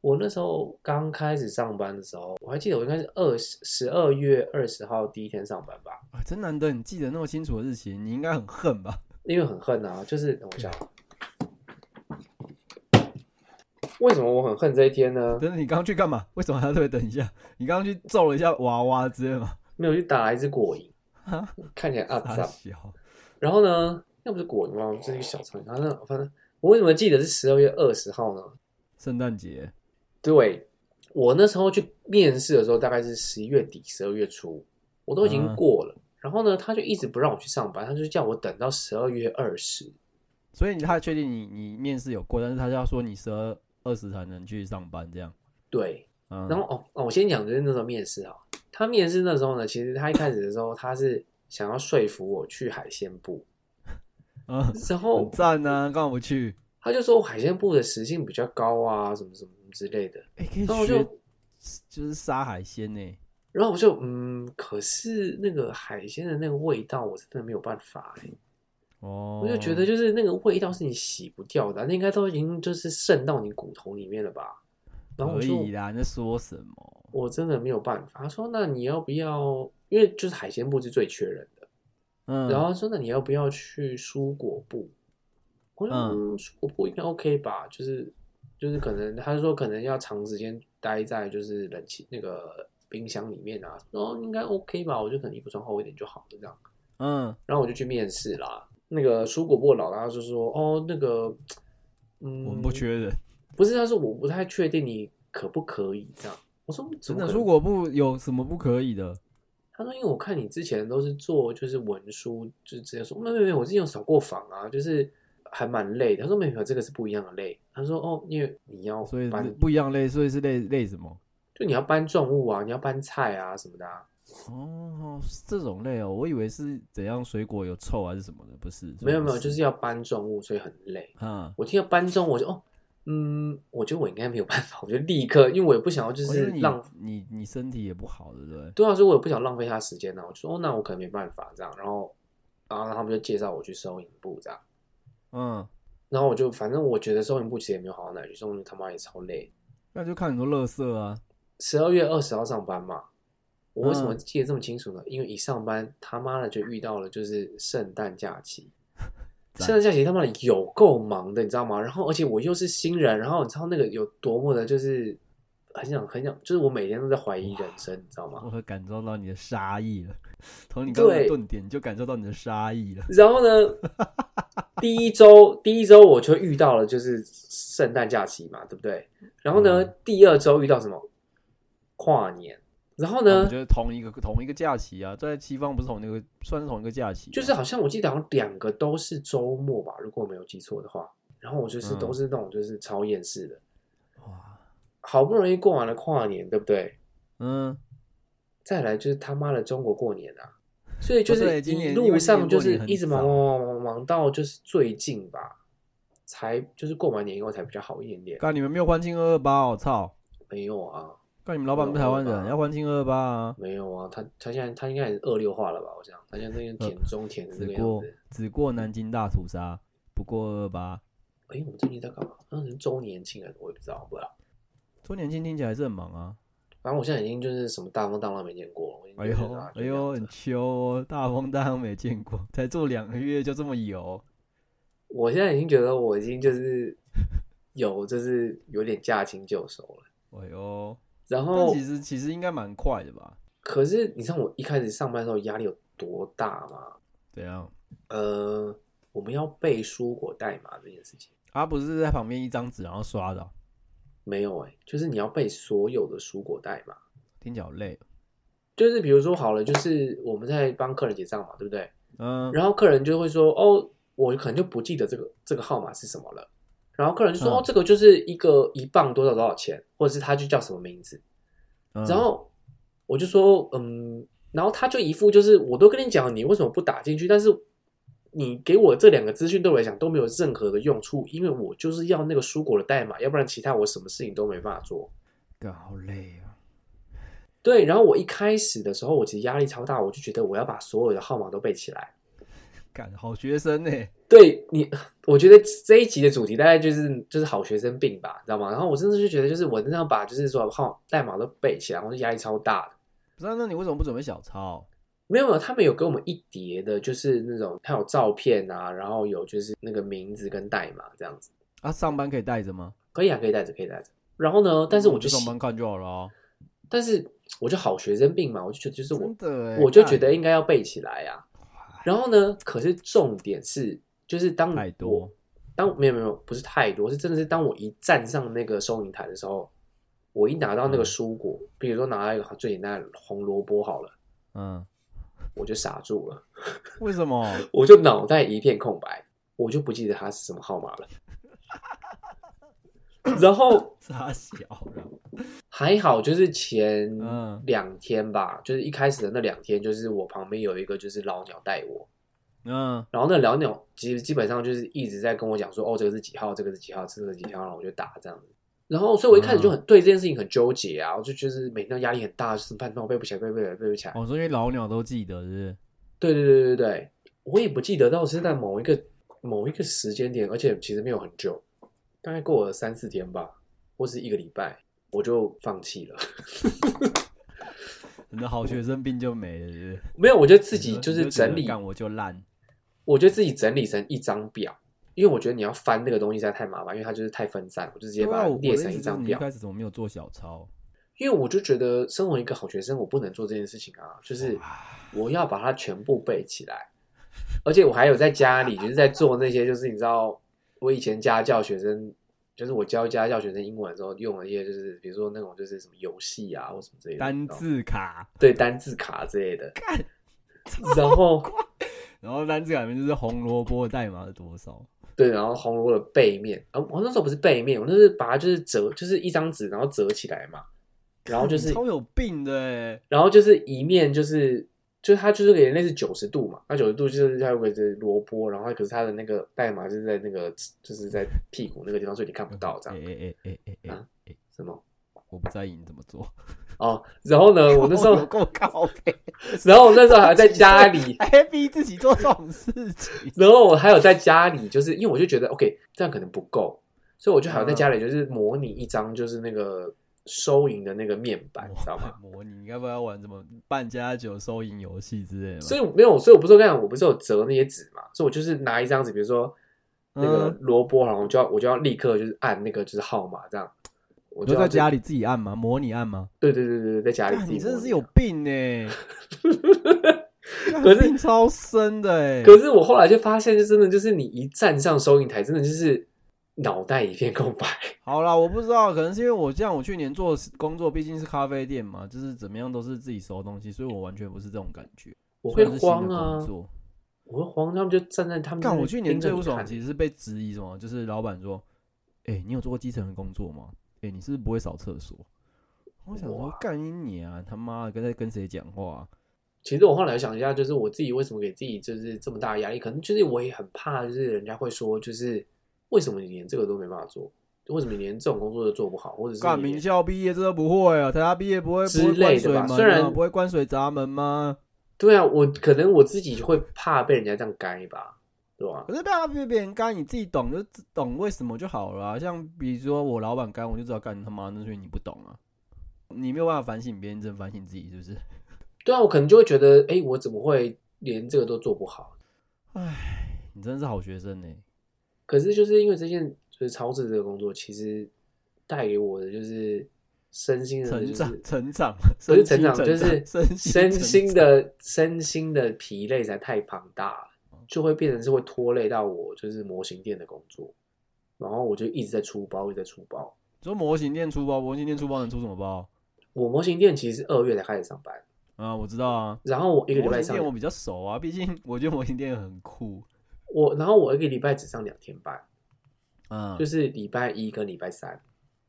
我那时候刚开始上班的时候，我还记得我应该是二十十二月二十号第一天上班吧，啊，真难得你记得那么清楚的日期，你应该很恨吧？ 因为很恨啊，就是等我一下，为什么我很恨这一天呢？但是你刚刚去干嘛？为什么还要特别等一下？ 你刚刚去揍了一下娃娃之类 吗？没有去打一只果蝇啊， 看起来啊傻脏。小，然后呢，那不是果蝇吗？我们这是一个小苍蝇。然后呢，反正我为什么记得是十二月二十号呢？圣诞节对，我那时候去面试的时候，大概是十一月底、十二月初，我都已经嗯过了。然后呢，他就一直不让我去上班，他就叫我等到十二月二十。所以他确定你你面试有过，但是他就要说你十二二十才能去上班这样。对，嗯，然后哦哦，我先讲就是那时候面试啊，他面试那时候呢，其实他一开始的时候他是想要说服我去海鲜部，嗯，然很 后赞啊，干嘛不去？他就说海鲜部的时薪比较高啊，什么什么之类的。哎、可以然后我学就，就是杀海鲜呢、然后我就嗯，可是那个海鲜的那个味道，我真的没有办法欸哦，我就觉得就是那个味道是你洗不掉的啊、那应该都已经就是渗到你骨头里面了吧？然后我可就以啦，你在说什么？我真的没有办法。他说那你要不要？因为就是海鲜部是最缺人的。嗯，然后他说那你要不要去蔬果部？我说、嗯嗯、蔬果部应该 OK 吧？就是就是可能他说可能要长时间待在就是冷气那个冰箱里面啊，然后应该 OK 吧？我就可能衣服穿厚一点就好了这样。嗯，然后我就去面试啦。那个蔬果部的老大就说：“哦，那个，嗯，我们不，缺人，不是，他说我不太确定你可不可以这样。”我说：“怎真么的，可蔬能？”果部有什么不可以的？他说：“因为我看你之前都是做就是文书，就直接说没有没有没有，我之前有扫过房啊，就是还蛮累的。”他说：“没有没有，这个是不一样的累。”他说：“哦，因为你要所以搬，不一样类，所以是类类什么？就你要搬重物啊，你要搬菜啊什么的、啊。哦，是这种类哦，我以为是怎样水果有臭还是什么的，不是？”没有没有，所以就是要搬重物，所以很累。啊，我听到搬重物，我就哦，嗯，我觉得我应该没有办法，我就立刻，哦因为我也不想要就我是觉得你浪你你身体也不好，对不对？对啊，所以我也不想浪费他时间呐、我就说哦，那我可能没办法这样，然后，然后他们就介绍我去收银部这样，嗯，然后我就反正我觉得收银部其实也没有好到哪里去，收银部他妈也超累。那就看很多垃圾啊。十二月二十号上班嘛，我为什么嗯记得这么清楚呢？因为一上班他妈的就遇到了就是圣诞假 期，赞圣诞假期他妈的有够忙的，你知道吗？然后而且我又是新人，然后你知道那个有多么的就是很想很想，就是我每天都在怀疑人生，你知道吗？我可感受到你的杀意了，从你刚才对的顿点就感受到你的杀意了。然后 呢，第一周第一周我就遇到了就是圣诞假期嘛，对不对？然后呢，嗯第二周遇到什么？跨年。然后我呢，们就是同一个同一个假期啊，在西方不是同一个，算是同一个假期啊，就是好像我记得好像两个都是周末吧，如果我没有记错的话。然后我就是嗯都是那种就是超厌世的，哇，好不容易过完了跨年，对不对？嗯，再来就是他妈的中国过年啊！所以就不对是今一年路上就因是为今年过年很一直忙早忙忙忙忙到就是最近吧，才就是过完年以后才比较好一点点。干你们没有欢庆二二八，我操！没有啊，干你们老板不是台湾没有人，吧要欢庆二二八啊！没有啊，他他现在他应该也是二六化了吧？我想他现在那个田中田的那只个样呃过子。只过南京大屠杀，不过二二八。哎、我们最近在干嘛？那是周年庆啊，我也不知道，不知道。周年庆听起来还是很忙啊！反正我现在已经就是什么大风大浪没见过了。我已经哎觉呦得啊，就这哎样呦，子很秋哦，大风大浪没见过，才做两个月就这么油，我现在已经觉得我已经就是有就是有点驾轻就熟了。哎呦！然但后其实其实应该蛮快的吧？可是你知道我一开始上班的时候压力有多大吗？怎样？呃，我们要背蔬果代码这件事情啊，不是在旁边一张纸然后刷的哦、没有哎、就是你要背所有的蔬果代码。听起来好累。哦就是比如说好了，就是我们在帮客人结账嘛，对不对？嗯，然后客人就会说：“哦，我可能就不记得这个这个号码是什么了。”然后客人就说：“嗯哦，这个就是一个一磅多少多少钱，或者是他就叫什么名字。”嗯然后我就说：“嗯。”然后他就一副就是我都跟你讲，你为什么不打进去？但是你给我这两个资讯对我来讲都没有任何的用处，因为我就是要那个蔬果的代码，要不然其他我什么事情都没办法做。干好累啊！对，然后我一开始的时候，我其实压力超大，我就觉得我要把所有的号码都背起来。干好学生呢、对你， 我觉得这一集的主题大概就是就是好学生病吧，知道吗？然后我真的就觉得，就是我真的要把就是说号代码都背起来，我就压力超大的。不是啊、那你为什么不准备小抄？哦没有，他们有给我们一叠的，就是那种还有照片啊，然后有就是那个名字跟代码这样子，啊，上班可以带着吗？可以啊，可以带着，可以带着。然后呢，但是我嗯就就喜上班看就好了啊、但是我就好学生病嘛，我就觉得就是我真的欸我就干觉得应该要背起来呀、然后呢，可是重点是，就是当太我多，当没有没有不是太多，是真的是当我一站上那个收银台的时候，我一拿到那个嗯蔬果，比如说拿到一个最简单的红萝卜好了，嗯，我就傻住了，为什么？我就脑袋一片空白，我就不记得它是什么号码 了。然 后傻小了，还好，就是前嗯两天吧，就是一开始的那两天，就是我旁边有一个就是老鸟带我，嗯然后那老鸟其实基本上就是一直在跟我讲说，哦，这个是几号，这个是几号，这个是几号，然后我就打这样子。然后，所以我一开始嗯就很、对这件事情很纠结啊，我就就是每天都压力很大，就是怎么办？怎么办我背不起来，背不起来，背不起来。哦，所以老鸟都记得是不是？对对对对对，我也不记得到底是在某一个某一个时间点，而且其实没有很久，大概过了三四天吧，或是一个礼拜，我就放弃了。 你的好学生病就没了是不是，没有，我就自你己就就是整你就觉得理干我就烂，我就自己整理成一张表，因为我觉得你要翻那个东西实在太麻烦，因为它就是太分散，我就直接对把啊，它我我的列意思成一是张你一表。开始怎么没有做小抄？因为我就觉得身为一个好学生，我不能做这件事情啊，就是我要把它全部背起来，而且我还有在家里就是在做那些，就是你知道，我以前家教学生，就是我教家教学生英文的时候用的一些，就是比如说那种就是什么游戏啊或什么之类的单，你知道字卡，对单字卡之类的，干，然后。然后单字卡里面就是红萝卜的代码是多少？对，然后红萝卜的背面，啊，我那时候不是背面，我那是把它就是折，就是一张纸，然后折起来嘛，然后就是超有病的欸，然后就是一面就是就是它就是有点类似九十度嘛，那九十度就是它有个是萝卜，然后可是它的那个代码就是在那个就是在屁股那个地方，所以你看不到这哎样哎哎哎哎哎啊，什么我不在意你怎么做。哦，然后呢，我那 时有候，够靠背，然后我那时候还在家 里。，还逼自己做这种事情然后我还有在家里，就是因为我就觉得 OK，这样可能不够，所以我就还有在家里就是模拟一张就是那个收银的那个面板，你知道吗？ 模拟，你该不会要玩什么半加九收银游戏之类的吧？所以没有，所以我不是跟你讲，我不是有折那些纸嘛，所以我就是拿一张纸，比如说那个嗯萝卜，然后我就要我就要立刻就是按那个就是号码这样，我你就就要在就家里自己按吗？模拟按吗？对对对对对，在家里干自己你真的模是拟有啊。病呢！干可是病超深的哎，可是我后来就发现，就真的就是你一站上收银台，真的就是脑袋一片空白。 好啦，我不知道，可能是因为我像我去年做工作，毕竟是咖啡店嘛，就是怎么样都是自己熟的东西，所以我完全不是这种感觉。我会所以是新的慌啊工，作我会慌，他们就站在他们在那干，边我去年盯着最不你爽看其实是被质疑什么，就是老板说：“哎、你有做过基层的工作吗？哎、你是不是不会扫厕所？”我想说哇，干你娘啊！他妈的，跟在跟谁讲话啊、其实我后来想一下，就是我自己为什么给自己就是这么大的压力，可能就是我也很怕，就是人家会说，就是为什么你连这个都没办法做，为什么你连这种工作都做不好，或者是干你名校毕业这都不会啊，台大毕业不会之不会类关的水门、吧啊，虽然不会关水闸门吗？对啊，我可能我自己会怕被人家这样干一把，对吧、可是大家被别人干，你自己懂就自懂为什么就好了啊、像比如说我老板干，我就知道干他妈那是因为你不懂啊，你没有办法反省别人，只能反省自己，是不是？对啊，我可能就会觉得，哎，我怎么会连这个都做不好？你真的是好学生欸呢、可是就是因为这件就是超市这个工作，其实带给我的就是身心的、就是、成长，成长，不是身心成长就是 身心身成心长的身心的疲累实在太庞大了，就会变成是会拖累到我，就是模型店的工作，然后我就一直在出包，一直在出包。说模型店出包，模型店出包能出什么包？我模型店其实是二月才开始上班，啊，我知道啊，然后我一个礼模拜型上店，我比较熟啊，毕竟我觉得模型店很酷。我然后我一个礼拜只上两天班，嗯，就是礼拜一跟礼拜三，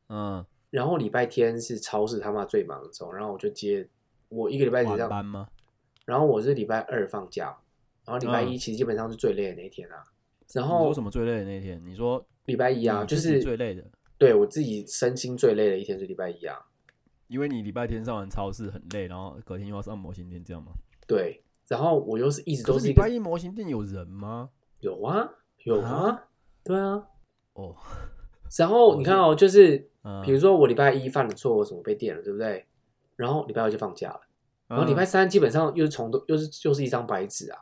嗯，然后礼拜天是超市他妈最忙的时候，然后我就接我一个礼拜只晚上，班吗？然后我是礼拜二放假，然后礼拜嗯一其实基本上是最累的那一天啊，然你后说什么最累的那天？你说礼拜一啊，你就自己是最累的，对我自己身心最累的一天是礼拜一啊，因为你礼拜天上完超市很累，然后隔天又要上模型店，这样吗？对，然后我又是一直可都是是一礼个拜一模型店有人吗？有啊有啊，对啊。哦，然后你看哦，就是嗯比如说我礼拜一犯了错，我什么被电了，对不对？然后礼拜二就放假了，啊然后嗯礼拜三基本上又是重头，又是又是一张白纸啊，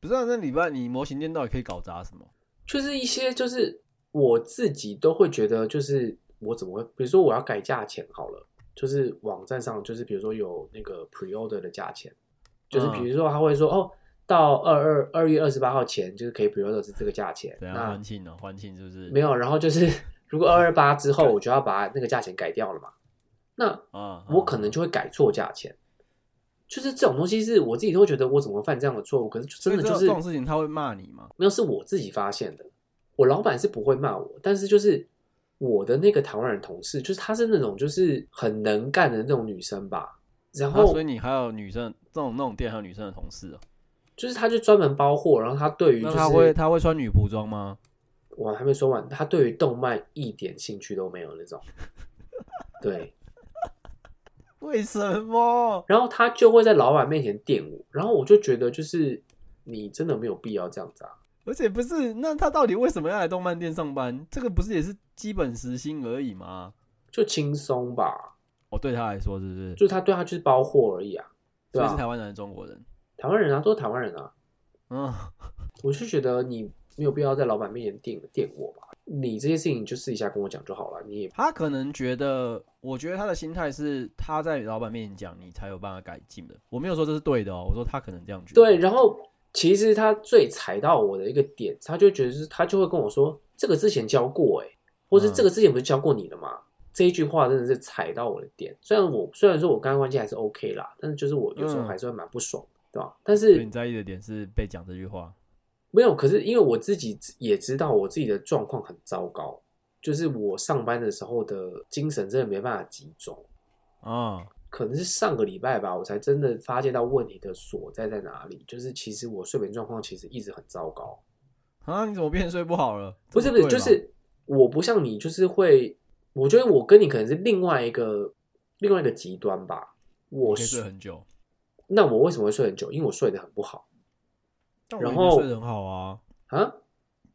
不是啊，那礼拜你模型店到底可以搞砸什么？就是一些就是我自己都会觉得，就是我怎么会，比如说我要改价钱好了，就是网站上就是比如说有那个 pre order 的价钱，就是比嗯如说他会说哦，到二二二月二十八号前就是可以 pre order 是这个价钱，怎样那欢庆呢？欢庆是不是？没有，然后就是 如果二二八之后，我就要把那个价钱改掉了嘛。那啊，我可能就会改错价钱，就是这种东西是我自己都会觉得我怎么会犯这样的错误，可是就真的所以就这是种这种事情他会骂你吗？没有是我自己发现的。我老板是不会骂我，但是就是我的那个台湾人同事，就是她是那种就是很能干的那种女生吧，然啊后所以你还有女生这种那种店还有女生的同事哦，就是她就专门包货，然后她对于就那是他会他会穿女仆装吗？我还没说完，他对于动漫一点兴趣都没有那 种。对，为什么？然后他就会在老板面前电我，然后我就觉得就是你真的没有必要这样子啊。而且不是，那他到底为什么要来动漫店上班？这个不是也是基本时薪而已吗？就轻松吧，哦，对他来说是不是？就是他对他就是包货而已啊，对所以是吧、台湾人还是中国人？台湾人啊，都是台湾人啊，嗯， 我就觉得你没有必要在老板面前电电我吧，你这些事情你就私底下跟我讲就好了，你也他可能觉得，我觉得他的心态是他在老板面前讲，你才有办法改进的。我没有说这是对的哦，我说他可能这样觉得。对。然后其实他最踩到我的一个点，他就觉得是他就会跟我说，这个之前教过哎、或是嗯这个之前不是教过你的吗？这一句话真的是踩到我的点。虽然我虽然说我刚刚关系还是 OK 啦，但是就是我有时候嗯还是会蛮不爽，对吧？但所以是你在意的点是被讲这句话。没有，可是因为我自己也知道我自己的状况很糟糕，就是我上班的时候的精神真的没办法集中。啊、可能是上个礼拜吧，我才真的发现到问题的所在在哪里。就是其实我睡眠状况其实一直很糟糕，啊！你怎么变睡不好了？不是不是，这就对吧是我不像你，就是会，我觉得我跟你可能是另外一个另外一个极端吧。我我可以睡睡，很久，那我为什么会睡很久？因为我睡得很不好但我也然没有后睡得很好啊，啊。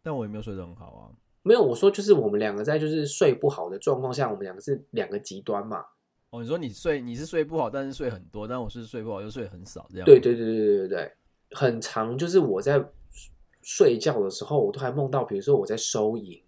但我也没有睡得很好啊。没有，我说就是我们两个在就是睡不好的状况下，我们两个是两个极端嘛。哦，你说你睡你是睡不好，但是睡很多，但我是睡不好又睡很少，这样对对对对对对对，很长，就是我在睡觉的时候，我都还梦到，比如说我在收银，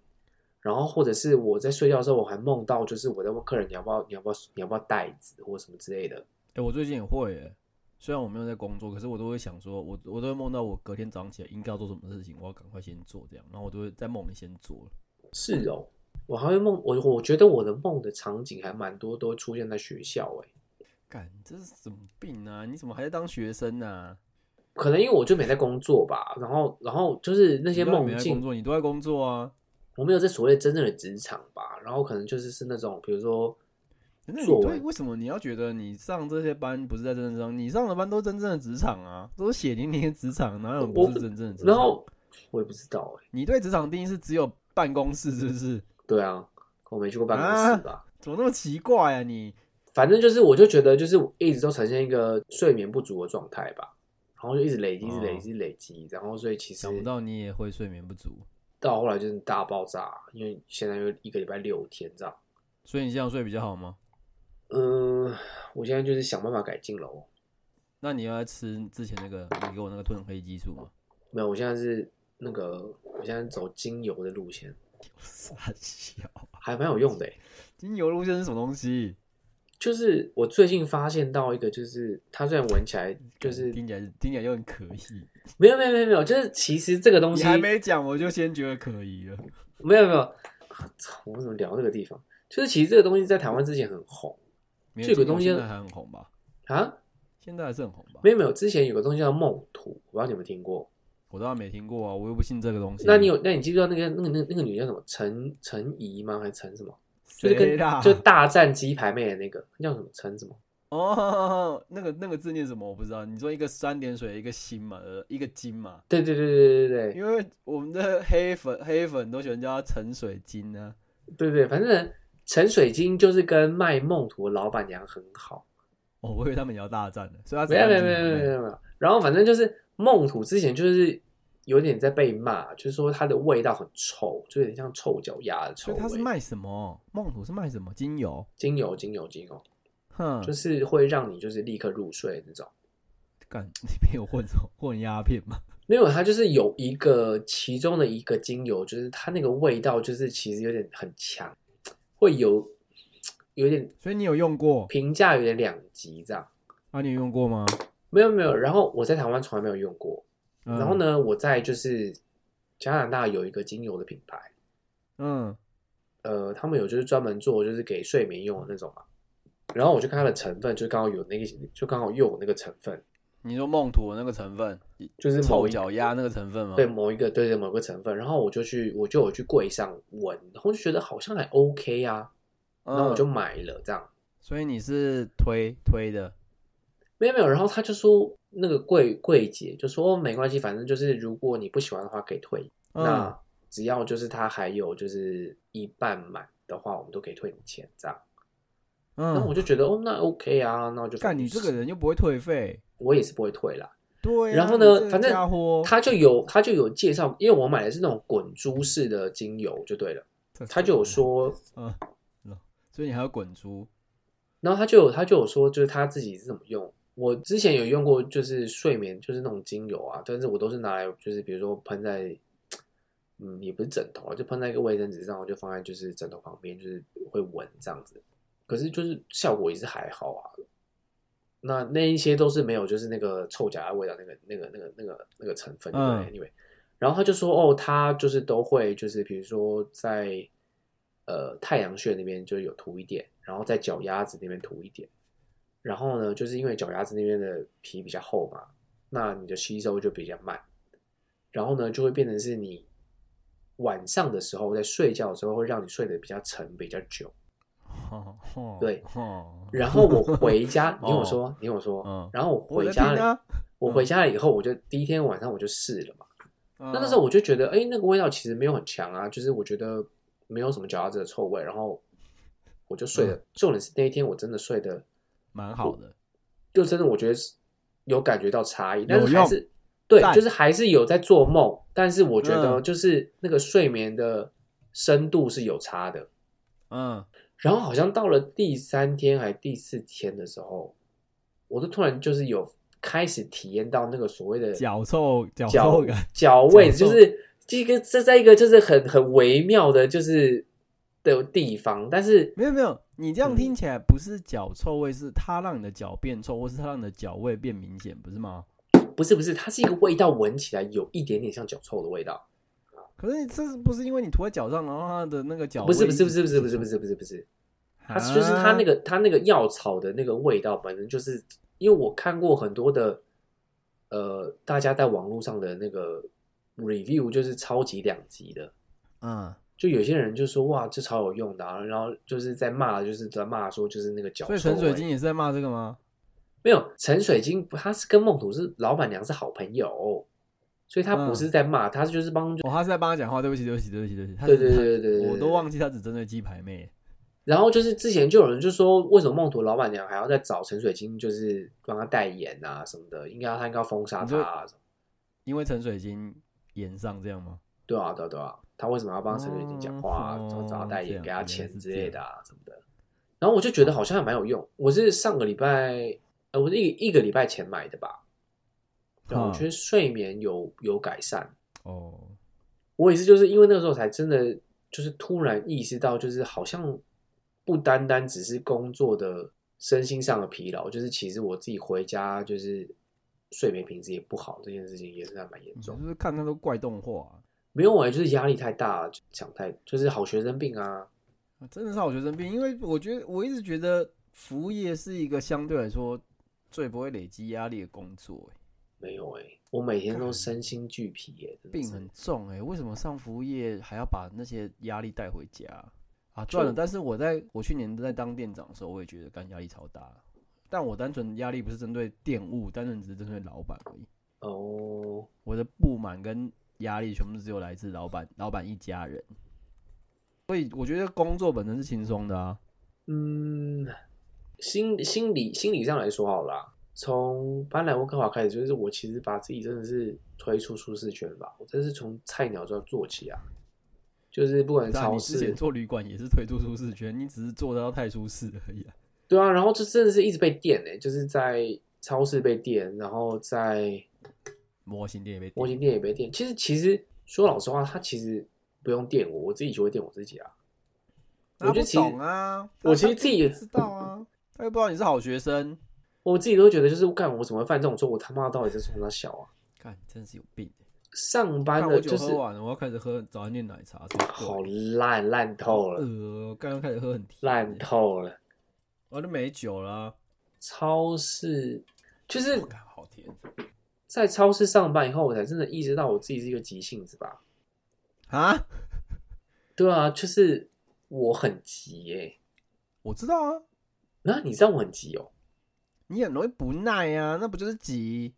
然后或者是我在睡觉的时候，我还梦到就是我在问客人你要不要你要不要你要不要袋子或什么之类的。哎、我最近也会、欸，虽然我没有在工作，可是我都会想说，我我都会梦到我隔天早上起来应该要做什么事情，我要赶快先做这样，然后我都会在梦里先做了。是哦，我还会梦，我我觉得我的梦的场景还蛮多，都会出现在学校欸诶、干，这是什么病啊？你怎么还在当学生呢、啊？可能因为我就没在工作吧，然后然后就是那那些没梦在境工，作，你都在工作啊？我没有在所谓真正的职场吧，然后可能就是是那种比如说那你作对文为什么你要觉得你上这些班不是在真正职场？你上的班都真正的职场啊，都是血淋淋的职场，哪有不我是真正的职场？然后我也不知道诶、你对职场的定义是只有办公室，是不是？对啊，我没去过办公啊室吧。怎么那么奇怪啊你？反正就是，我就觉得就是我一直都呈现一个睡眠不足的状态吧，然后就一直累积，哦一直累积，一直累积，然后所以其实想不到你也会睡眠不足，到后来就是大爆炸，因为现在又一个礼拜六天这样。所以你这样睡比较好吗？嗯，我现在就是想办法改进哦喽。那你要吃之前那个你给我那个褪黑激素吗？没有，我现在是那个，我现在走精油的路线，傻 笑，还蛮有用的欸。精油路线是什么东西？就是我最近发现到一个，就是它虽然闻起来就是听起来听起来又很可疑。没有没有没有没有，就是其实这个东你西还没讲，我就先觉得可疑了。没有没有，啊操我怎么聊这个地方？就是其实这个东西在台湾之前很红没有这个精油东西现在还很红吧？啊，现在还是很红吧没？有没有，之前有个东西叫梦土，我不知道你有没有听过。我当然没听过啊，我又不信这个东西。那你有那你记不记得那个那个那个那个女叫什么陈陈怡吗？还是陈什么？就是谁跟啦？就大战鸡排妹的那个那叫什么陈什么？哦，那个那个字念什么我不知道。你说一个三点水，一个心嘛，呃，一个金嘛。对对对对对对对因为我们的黑粉黑粉都喜欢叫它陈水晶啊。对对，反正陈水晶就是跟卖梦土的老板娘很好，哦，我以为他们也要大战呢，所以他只没有没有按没有键没有盘没有没有。然后反正就是梦土之前就是有点在被骂，就是说它的味道很臭，就有点像臭脚丫的臭所以他是味。卖什么？梦土是卖什么精油？精油精油精油，哼，就是会让你就是立刻入睡那种。干里面有混混鸦片吗？没有，它就是有一个其中的一个精油，就是它那个味道就是其实有点很强，会有有点所以你有用过评价有点两极这样。啊？你有用过吗？没有没有，然后我在台湾从来没有用过，嗯然后？呢，我在就是加拿大有一个精油的品牌。嗯，呃，他们有就是专门做就是给睡眠用的那种嘛。然后我就看它的成分，就刚好有那个，就刚好又有那个成分，你说梦土的那个成分，就是某臭一脚丫那个成分吗？嗯对，某一个对对某个成分。然后我就去我就有去柜上闻，然后就觉得好像还 OK 啊，嗯，然后我就买了这样。所以你是推推的，没有没有，然后他就说那个柜柜姐就说、哦没关系，反正就是如果你不喜欢的话可以退，嗯，那只要就是它还有就是一半满的话，我们都可以退你钱这样。那我嗯，就觉得哦那 OK 啊，那我就干你这个人又不会退费，我也是不会退啦。对啊，然后你呢这个反正家伙他就有他就有介绍，因为我买的是那种滚珠式的精油就对了，嗯他就有，说，所以你还要滚珠， 然后他就有他就有说，就是他自己是怎么用。我之前有用过，就是睡眠就是那种精油啊，但是我都是拿来就是比如说喷在，嗯，也不是枕头啊，就喷在一个卫生纸上，我就放在就是枕头旁边，就是会闻这样子。可是就是效果也是还好啊。那那一些都是没有，就是那个臭脚丫味道，那个那个那个那个那个成分，对、嗯 a n y w a y 然后他就说，哦，他就是都会，就是比如说在呃太阳穴那边就有涂一点，然后在脚丫子那边涂一点，然后呢，就是因为脚丫子那边的皮比较厚嘛，那你的吸收就比较慢，然后呢，就会变成是你晚上的时候在睡觉的时候会让你睡得比较沉，比较久。哦哦对 哦然后我回 家，你听我哦说，你听我说，嗯然后我我回在家听了，啊，我嗯回家了以后，我就第一天晚上我就试了嘛。那那那时候我就觉得，哎、那个味道其实没有很强啊，就是我觉得没有什么脚丫子的臭味，然后我就睡了。嗯重点是那一天我真的睡的，蛮好的，就真的我觉得是有感觉到差异，但有是还用是对，赞就是还是有在做梦，但是我觉得嗯就是那个睡眠的深度是有差的。嗯，然后好像到了第三天还第四天的时候，我就突然就是有开始体验到那个所谓的脚臭脚脚臭感，脚位，脚臭就是这个这在一个就是很很微妙的，就是的地方，但是没有没有，你这样嗯听起来不是脚臭味，是它让你的脚变臭，或是它让你的脚味变明显，不是吗？不是不是，它是一个味道，闻起来有一点点像脚臭的味道，可是你这是不是因为你涂在脚上，然后它的那个脚不是味不是一不直是不是不是一不直，是不是不是，它啊就是它那个它那个药草的那个味道，本身就是因为我看过很多的呃，大家在网络上的那个 review 就是超级两极的，嗯，就有些人就说哇，这超有用的、啊，然后就是在骂，就是在骂说就是那个脚臭所味。以陈水晶也是在骂这个吗？没有陈水晶，他是跟梦土是老板娘是好朋友，所以他嗯不是在骂，他就是帮助。哦，他是在帮他讲话，对不起对不起对不起对不起，他对只对对对对对，我都对忘记他只针对鸡排妹，然后就是之前就有人就说，为什么梦土老板娘还要再找陈水晶，就是帮他代言啊什么的，应该他应该要封杀他、啊什么，因为陈水晶延上这样吗？对啊对啊对啊，他为什么要帮陈水晶讲话、啊，哦找找他代言，这样给他原来钱是之这类的啊什么的。然后我就觉得好像还蛮有用，我是上个礼拜，呃，我是一一个礼拜前买的吧，对啊，我嗯觉得睡眠有有改善。哦，我也是，就是因为那个时候才真的就是突然意识到，就是好像不单单只是工作的身心上的疲劳，就是其实我自己回家就是睡眠品质也不好，这件事情也是还啊蛮严你是重。不是看他都怪动画啊、没有啊，就是压力太大，想太就是好学生病啊。啊真的是好学生病，因为我觉得我一直觉得服务业是一个相对来说最不会累积压力的工作、欸，没有哎、我每天都干身心俱疲耶、真的啊病是很重哎、为什么上服务业还要把那些压力带回家啊？赚了，就但是我在我去年在当店长的时候，我也觉得干压力超大，但我单纯压力不是针对店务，单纯只是针对老板而已。哦，我的不满跟压力全部只有来自老板，老板一家人。所以我觉得工作本身是轻松的啊，嗯，心心理心理上来说好啦，从搬来温哥华开始，就是我其实把自己真的是推出舒适圈吧，我真是从菜鸟就要做起啊，就是不管那、啊、超你之市前，做旅馆也是推出舒适圈，你只是做到太舒适而已、啊。 对啊，然后就真的是一直被电哎、就是在超市被电，然后在模型店也被模点型店也被电。其实其实说老实话，他其实不用电我，我自己就会电我自己啊。我觉他不得其实懂啊，他我其实他自己也不知道啊， 他又不知道你是好学生，我自己都觉得就是干，我怎么会犯这种错？我他妈到底在冲他笑啊？看真是有病。上看班我的酒就是喝完了，我要开始喝早餐店奶茶，什么鬼好烂，烂透了，呃，我刚刚开始喝很甜，烂透了。我都没酒了啊，超市就是看好甜在超市上班以后，我才真的意识到我自己是一个急性子吧。啊！对啊，就是我很急耶、我知道啊，那你知道我很急哦？你很容易不耐啊，那不就是急？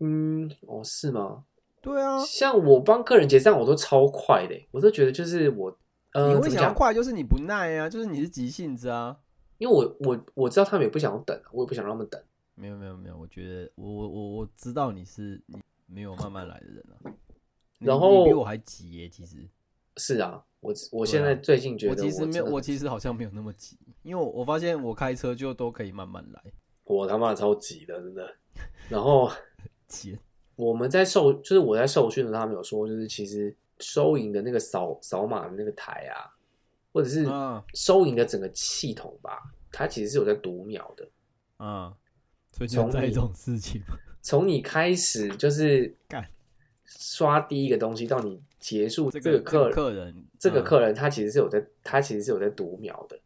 嗯，哦，是吗？对啊，像我帮客人结账，我都超快的、我都觉得就是我，你呃，会怎么想要讲？快，就是你不耐啊，就是你是急性子啊。因为我我我知道他们也不想要等，啊我也不想让他们等。没有没有没有，我觉得我我我我知道你是你没有慢慢来的人啊。你然后你比我还急耶、其实是啊，我我对啊现在最近觉得我其实没有，真的我其实好像没有那么急，因为我我发现我开车就都可以慢慢来。我他妈超急的，真的。然后急，我们在受，就是我在受训的时候，他们有说，就是其实收银的那个扫扫码的那个台啊，或者是啊收银的整个系统吧，它其实是有在读秒的。啊！最近从在你这种事情吗，从你开始就是干刷第一个东西到你结束这这个个客人，客人，这个嗯客人他其实是有在，他其实是有在读秒的。嗯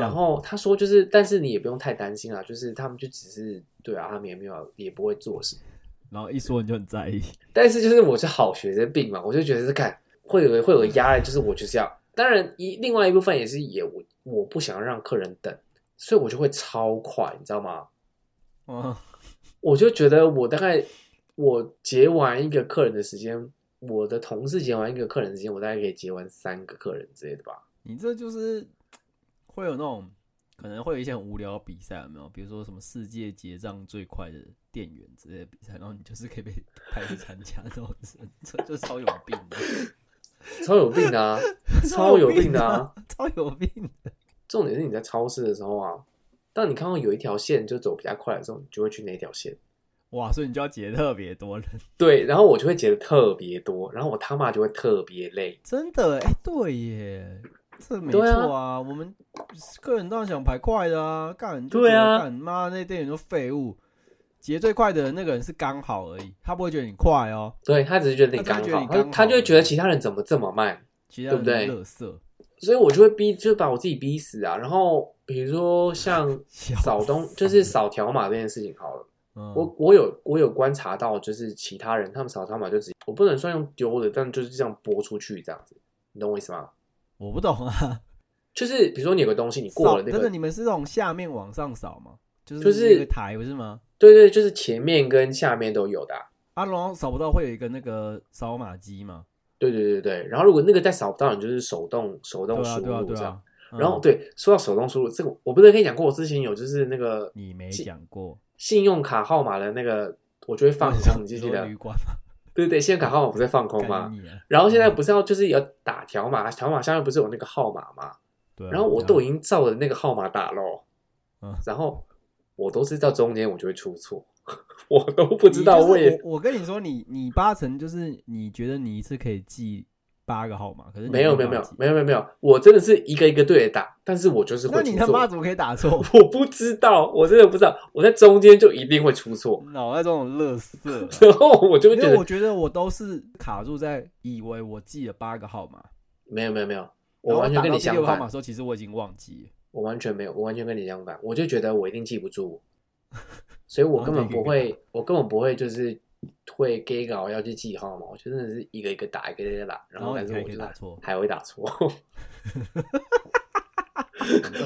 然后他说就是，但是你也不用太担心啦，啊就是他们就只是对啊，他们也没有也不会做事。然后一说你就很在意，但是就是我是好学生病嘛，我就觉得是看会有会有压力，就是我就是要，当然一另外一部分也是也我我不想让客人等，所以我就会超快，你知道吗？啊，我就觉得我大概我结完一个客人的时间，我的同事结完一个客人的时间，我大概可以结完三个客人之类的吧。你这就是会有那种可能会有一些很无聊的比赛，有没有？比如说什么世界结账最快的店员之类的比赛，然后你就是可以被派去参加这种人，这就超有病 的，超有病的啊， 超有病的啊！超有病的，重点是你在超市的时候啊，当你看到有一条线就走比较快的时候，你就会去那条线。哇！所以你就要结特别多人，对，然后我就会觉得特别多，然后我他妈就会特别累。真的哎、对耶。这没错对啊啊，我们个人当然想排快的啊，干你就对啊觉得干妈那店员都废物，结最快的那个人是刚好而已，他不会觉得你快哦，对他只是觉得你刚他只是觉得好，你他刚好他就会觉得其他人怎么这么慢，其他人都对是不对垃圾。所以我就会逼，就把我自己逼死啊。然后比如说像笑扫东，就是扫条码这件事情好了，嗯我我有我有观察到，就是其他人他们扫条码就直接，我不能算用丢的，但就是这样拨出去这样子，你懂我意思吗？我不懂啊，就是比如说你有个东西，你过扫了那真个的，你们是从下面往上扫吗？就是就是一个台不是吗？对对，就是前面跟下面都有的啊、啊，然后扫不到会有一个那个扫码机嘛？对对对对。然后如果那个再扫不到，你就是手动手对动啊，输对啊，入对这样啊。。嗯然后对，说到手动输入，这个我不是跟你讲过，我之前有就是那个你没信讲过，信用卡号码的那个，我就会放空，你记不记你说得旅？馆吗？对对，信用卡号码不是放空干吗？你啊！然后现在不是要就是要打条码，条码下面不是有那个号码吗？对啊。然后我都已对啊经照着那个号码打咯嗯，然后我都是到中间我就会出错， 我都不知道你就是为我我跟你说，你你八成就是你觉得你一次可以记八个号码，可是你没有没有办没法有记没有没有没有，我真的是一个一个对着打，但是我就是那会出你他妈错。怎么可以打错？我不知道，我真的不知道，我在中间就一定会出错， 脑袋中有乐色啊。然后我就会因觉为得我觉得我都是卡住在以为我记了八个号码，没有没有没有，然我后完全打跟到你第相六个号反码，的时候，其实我已经忘记了。我完全没有，我完全跟你相反，我就觉得我一定记不 住，所以我根本不会，我根本不会就是会 gay 稿要去记号码，我就真的是一个一个打，一个一个打，然后然但后你是还我可以就打错还会打错。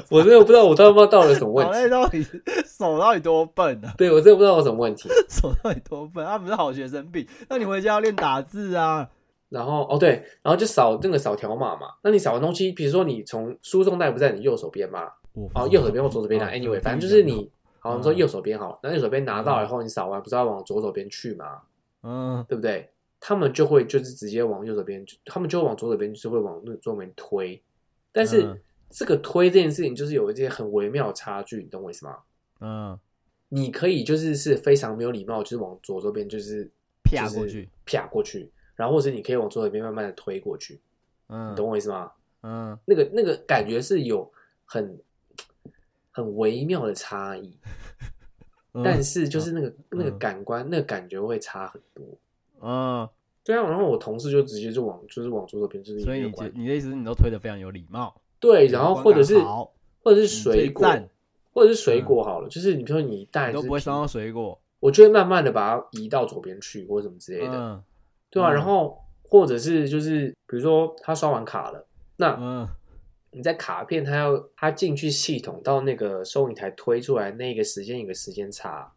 我真的不知道我他妈到底有什么问 脑袋题，到底是手到底多笨啊？ 对我真的不知道我什么问题。手到底多笨？啊他、不是好学生病，那你回家要练打字啊。然后哦对，然后就扫那个扫条码嘛。那你扫的东西，比如说你从输送带不在你右手边嘛，我哦，不知右道手边或左手边拿。哦 Anyway，对反正就这是个你，好，我们嗯说右手边好，那右手边拿到嗯以后，你扫完不是要往左手边去吗？嗯，对不对？他们就会就是直接往右手边，就他们就会往左手边，就是会往那左手边推。但是嗯这个推这件事情，就是有一些很微妙的差距，你懂我意思吗？嗯，你可以就是是非常没有礼貌，就是往左手边就是啪过去，，啪过去，然后或者你可以往左手边慢慢的推过去，嗯，你懂我意思吗？嗯，那个那个感觉是有很很微妙的差异，嗯，但是就是那个、那个嗯感官、那个感觉会差很多。嗯，对啊，然后我同事就直接就往就是往左手边，就是也所没以有你觉管你的意思是你都推的非常有礼貌，对，然后观或者感是好或者是你水最果，赞嗯或者是水果好了，就是你说你一袋你都是不会伤苹到水果，我就会慢慢的把它移到左边去或什么之类的，嗯对啊，嗯然后或者是就是比如说他刷完卡了，那嗯你在卡片他要他进去系统到那个收银台推出来那个时间有个时间差，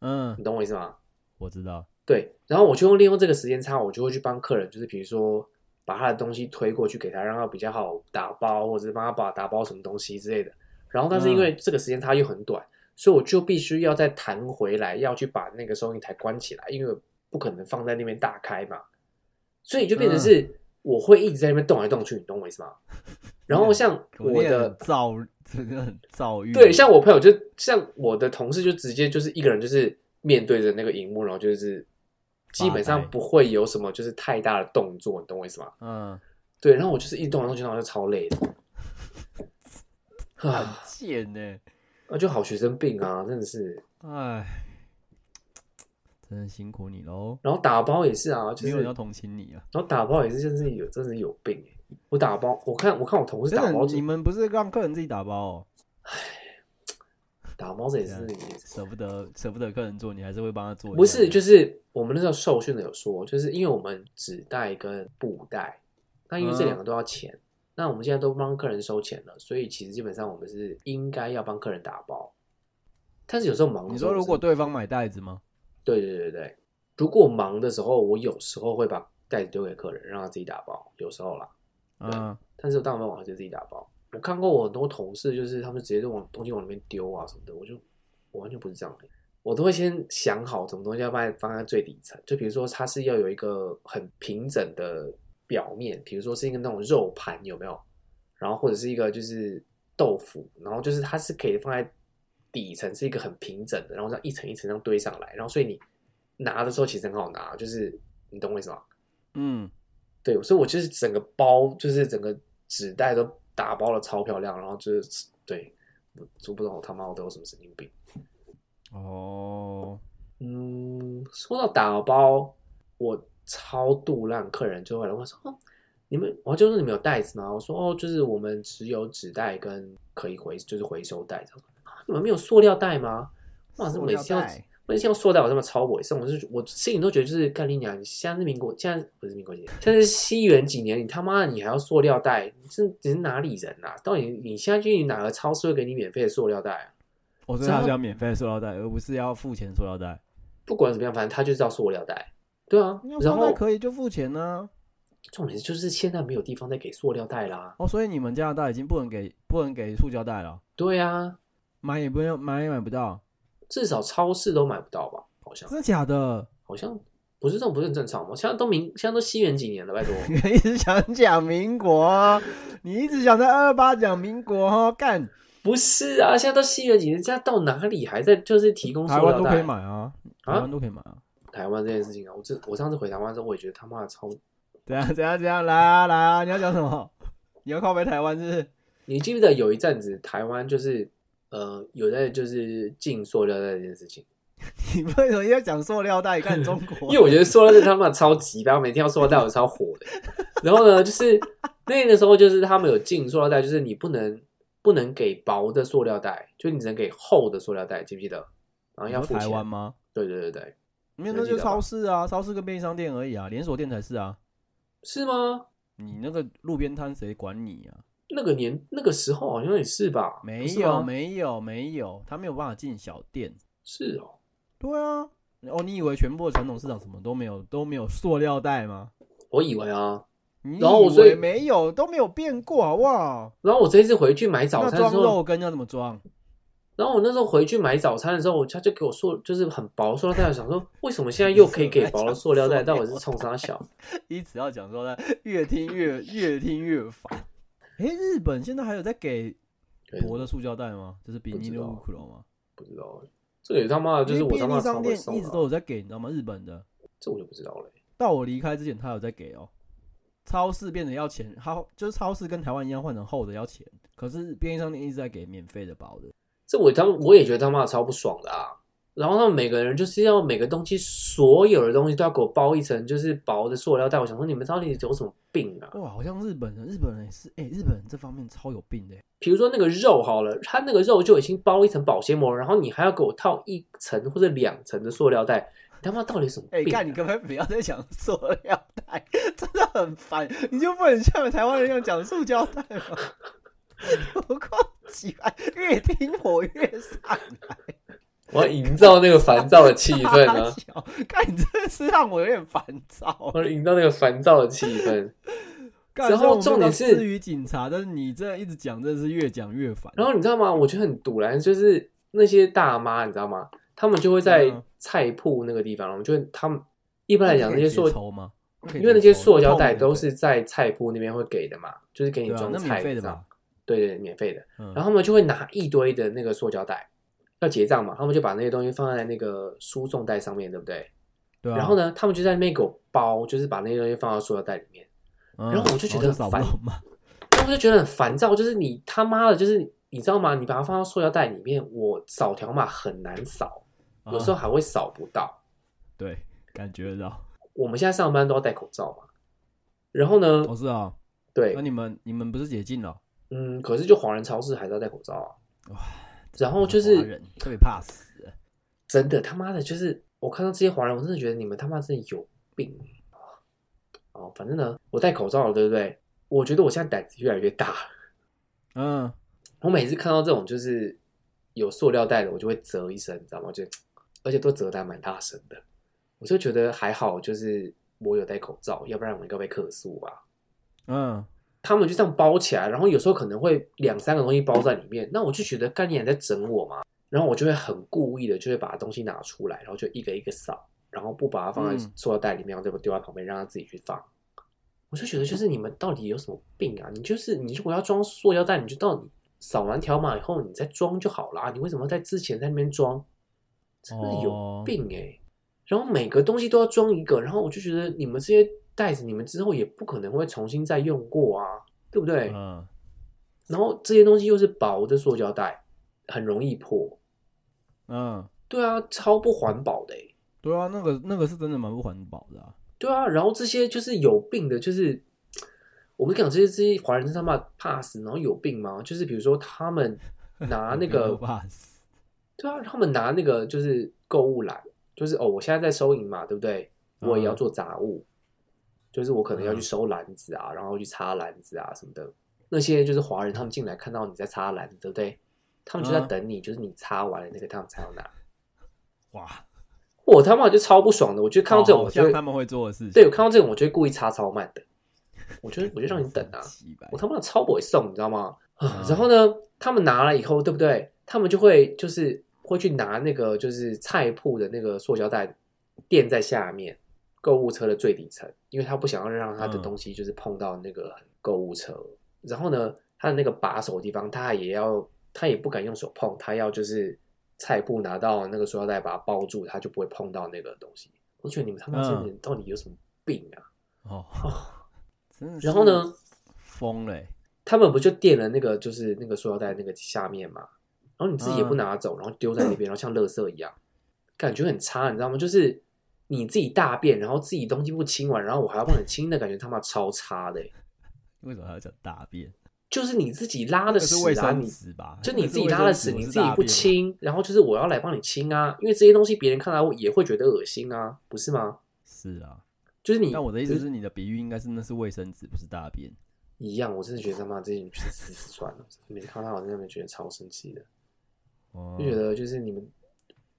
你嗯，懂我意思吗？我知道，对，然后我就用利用这个时间差，我就会去帮客人，就是比如说把他的东西推过去给他，让他比较好打包，或者是帮他把打包什么东西之类的。然后，但是因为这个时间差又很短，所以我就必须要再弹回来，要去把那个收银台关起来，因为不可能放在那边大开嘛。所以就变成是我会一直在那边动来动去，你懂我意思吗？然后像我我那个的很躁， 这个很躁郁，对，像我朋友就像我的同事就直接就是一个人就是面对着那个荧幕，然后就是基本发上呆不会有什么就是太大的动作，你懂我意思吗？嗯，对，然后我就是一动来动去，然后我就超累的，很啊，贱呢，那就好学生病啊，真的是。哎，真的辛苦你喽，然后打包也是啊，就没有是人要同情你啊，然后打包也是，真是有真是有病欸我打包，我看我看我同事真打的包，，你们不是让客人自己打包哦，打包这也是这样也是舍不得舍不得客人做，你还是会帮他做一下，不是，就是是我们那时候受训的有说，就是因为我们纸袋跟布袋，那因为这两个都要钱，那我们现在都帮客人收钱了，所以其实基本上我们是应该要帮客人打包。但是有时候忙的你时候说是，如果对方买袋子吗？对对对对，如果忙的时候，我有时候会把袋子丢给客人，让他自己打包，有时候啦。嗯，但是我大部分晚上就自己打包。我看过我很多同事，就是他们直接就往东西往里面丢啊什么的，我就我完全不是这样的，我都会先想好什么东西要放在放在最底层，就比如说它是要有一个很平整的表面，比如说是一个那种肉盘有没有？然后或者是一个就是豆腐，然后就是它是可以放在底层是一个很平整的，然后这样一层一层这样堆上来，然后所以你拿的时候其实很好拿，就是你懂我意思吗？嗯，对，所以我就是整个包，就是整个纸袋都打包了超漂亮，然后就是对，我我不懂我他妈我都有什么神经病。哦，嗯，说到打包，我超度让客人就会来问说，哦，你们，我就说你们有袋子吗？我说哦，就是我们只有纸袋跟可以回，就是回收袋。他说啊，你们没有塑料袋吗？哇，这塑每料次要袋每次要塑料我这么超我一次，我是我心里都觉得就是干你娘，你现在是民国，现在不是民国几年，现在是西元几年，你他妈的你还要塑料袋，你是你是哪里人啊？到底你现在去哪个超市会给你免费的塑料袋啊？我哦所以然他后是要免费的塑料袋，而不是要付钱的塑料袋。不管怎么样，反正他就是要塑料袋。对啊你要，然塑料后袋可以就付钱呢、重点就是现在没有地方再给塑料袋啦。哦，所以你们加拿大已经不能给不能给塑胶袋了，对啊，买也不用买也买不到，至少超市都买不到吧？好像真的假的？ 好像不是这种，不是很正常吗？现在都明，现在都西元几年了，拜托。 你一直想讲民国、啊，你一直想在二八讲民国哦，干不是啊，现在都西元几年，现在到哪里还在就是提供塑台湾料都可袋以？买啊，台啊湾都可以买啊。台湾这件事情啊，我这我上次回台湾的时候，我也觉得他妈的超，怎样怎样怎样，来啊来啊！你要讲什么？你要靠背台湾是不 是？你记不记得有一阵子台湾就是呃有在就是禁塑料袋这件事情？你为什么要讲塑料袋？看中 国，因为我觉得塑料袋他妈超级吧，我每天要塑料袋我超火的。然后呢，就是那个时候就是他们有进塑料袋，就是你不能不能给薄的塑料袋，就你只能给厚的塑料袋，记不记得？然后你要付说台湾钱。吗？对对对对，没有，能那记就得吧超市啊，超市跟便利商店而已啊，连锁店才是啊。是吗？你那个路边摊谁管你啊？那个年那个时候好像也是吧？没不是有，吗没有，没有，他没有办法进小店。是哦，对啊，哦，你以为全部的传统市场什么都没有都没有塑料袋吗？我以为啊，你然后我以所以为没有都没有变过，好不好？然后我这一次回去买早那餐的装时候，肉羹要怎么装？ 然后我那时候回去买早餐的时候，我他就给我塑，就是很薄的塑料袋，我想说为什么现在又可以给薄的塑料袋，到底是冲啥小？一直要讲说呢，越听越越听越烦。哎、日本现在还有在给薄的塑胶袋吗？就是比尼的乌克罗吗？不知道欸，这个他妈的就是因为我他便妈利的超商会店送一的直啊都有在给，你知道吗？日本的，这我就不知道了欸。到我离开之前他有在给哦。超市变得要钱，好就是超市跟台湾一样换成厚的要钱，可是便利商店一直在给免费的薄的。这我他妈我也觉得他妈的超不爽的啊！然后他们每个人就是要每个东西，所有的东西都要给我包一层就是薄的塑料袋。我想说你们到底有什么病啊？哇，好像日本人，日本人也是，哎、日本人这方面超有病的。比如说那个肉好了，它那个肉就已经包一层保鲜膜，然后你还要给我套一层或者两层的塑料袋，你他妈到底有什么哎、病啊、看你根本不要再讲塑料袋，真的很烦。你就不能像台湾人一样讲塑胶袋吗？我靠，奇怪，越听我越上啊来。我要营造那个 烦躁的气氛啊！小看你真的是让我有点烦躁。我要营造那个烦躁的气氛。干然后虽我们重点不能是至于警察，但是你这一直讲，真的是越讲越烦。然后你知道吗？我觉得很堵然，就是那些大妈，你知道吗？他们就会在嗯菜铺那个地方，然后就会他们一般来讲那些塑可以直接抽吗？可以因为那直接些抽塑胶袋都透是在菜铺那边会给的嘛，就是给你明的对啊，装那菜免费的这样吧？对对，免费的。嗯，然后他们就会拿一堆的那个塑胶袋要结账嘛，他们就把那些东西放在那个输送带上面，对不对？对啊，然后呢，他们就在那边给我包，就是把那些东西放到塑料袋里面。嗯，然后我就觉得扫不烦动嘛。然后我就觉得很烦躁，就是你他妈的，就是你知道吗？你把它放到塑料袋里面，我扫条码很难扫，有时候啊还会扫不到。对，感觉得到。我们现在上班都要戴口罩嘛，然后呢，我知道。对哦啊那，你们你们不是解禁了？嗯，可是就华人超市还是要戴口罩啊。哇然后就华是人特别怕死。真的他妈的，就是我看到这些华人，我真的觉得你们他妈真的有病。哦，反正呢，我戴口罩了，对不对？我觉得我现在胆子越来越大。嗯，我每次看到这种就是有塑料袋的，我就会啧一声，你知道吗？就而且都啧的还蛮大声的，我就觉得还好，就是我有戴口罩，要不然我应该被客诉吧。嗯，他们就这样包起来，然后有时候可能会两三个东西包在里面，那我就觉得干你还在整我嘛，然后我就会很故意的，就会把东西拿出来，然后就一个一个扫，然后不把它放在嗯塑料袋里面，然后就丢在旁边让它自己去放。我就觉得就是你们到底有什么病啊？你就是你如果要装塑料袋，你就到你扫完条码以后你再装就好啦，你为什么在之前在那边装？真的有哦病哎、然后每个东西都要装一个，然后我就觉得你们这些袋子，你们之后也不可能会重新再用过啊，对不对？嗯，然后这些东西又是薄的塑胶袋，很容易破。嗯，对啊，超不环保的、欸。对啊，那个那个是真的蛮不环保的啊。对啊，然后这些就是有病的，就是我们讲这些这些华人真他妈怕死，然后有病吗？就是比如说他们拿啊那都个，怕死。对啊，他们拿那个就是购物篮，就是哦，我现在在收银嘛，对不对？我也要嗯做杂物，就是我可能要去嗯收篮子啊，然后去擦篮子啊什么的。那些就是华人，他们进来看到你在擦篮子，对不对？他们就在嗯等你，就是你擦完了那个，他们才要拿。哇，我他妈就超不爽的，我就看到这种，好我就像会哦他们会做的事情。对我看到这种，我就会故意擦超慢的。我觉得我就让你等啊，几百我他妈的超不会送，你知道吗？啊嗯然后呢，他们拿了以后，对不对？他们就会就是会去拿那个就是菜铺的那个塑胶袋垫在下面购物车的最底层，因为他不想要让他的嗯东西就是碰到那个购物车。然后呢，他的那个把手的地方，他也要他也不敢用手碰，他要就是菜铺拿到那个塑料袋把它包住，他就不会碰到那个东西。我觉得你们他妈这些嗯人到底有什么病啊？哦，真的。然后呢？？疯了欸。他们不就垫了那个就是那个塑料袋那个下面嘛，然后你自己也不嗯拿走，然后丢在那边，然后像垃圾一样，感觉很差，你知道吗？就是你自己大便，然后自己东西不清完，然后我还要帮你清的感觉他妈超差的欸、为什么还要讲大便？就是你自己拉那的是屎卫啊，生你纸吧？就那你是自己卫拉生的纸屎，你是自己大不便吧。清，然后就是我要来帮你清啊，因为这些东西别人看来也会觉得恶心啊，不是吗？是啊，就是你，但我的意思是，你的比喻应该是那是卫生纸，不是大便。一样，我真的觉得他妈这些人去死死算了，每次看到他我真的觉得超生气的。哦就觉得就是你们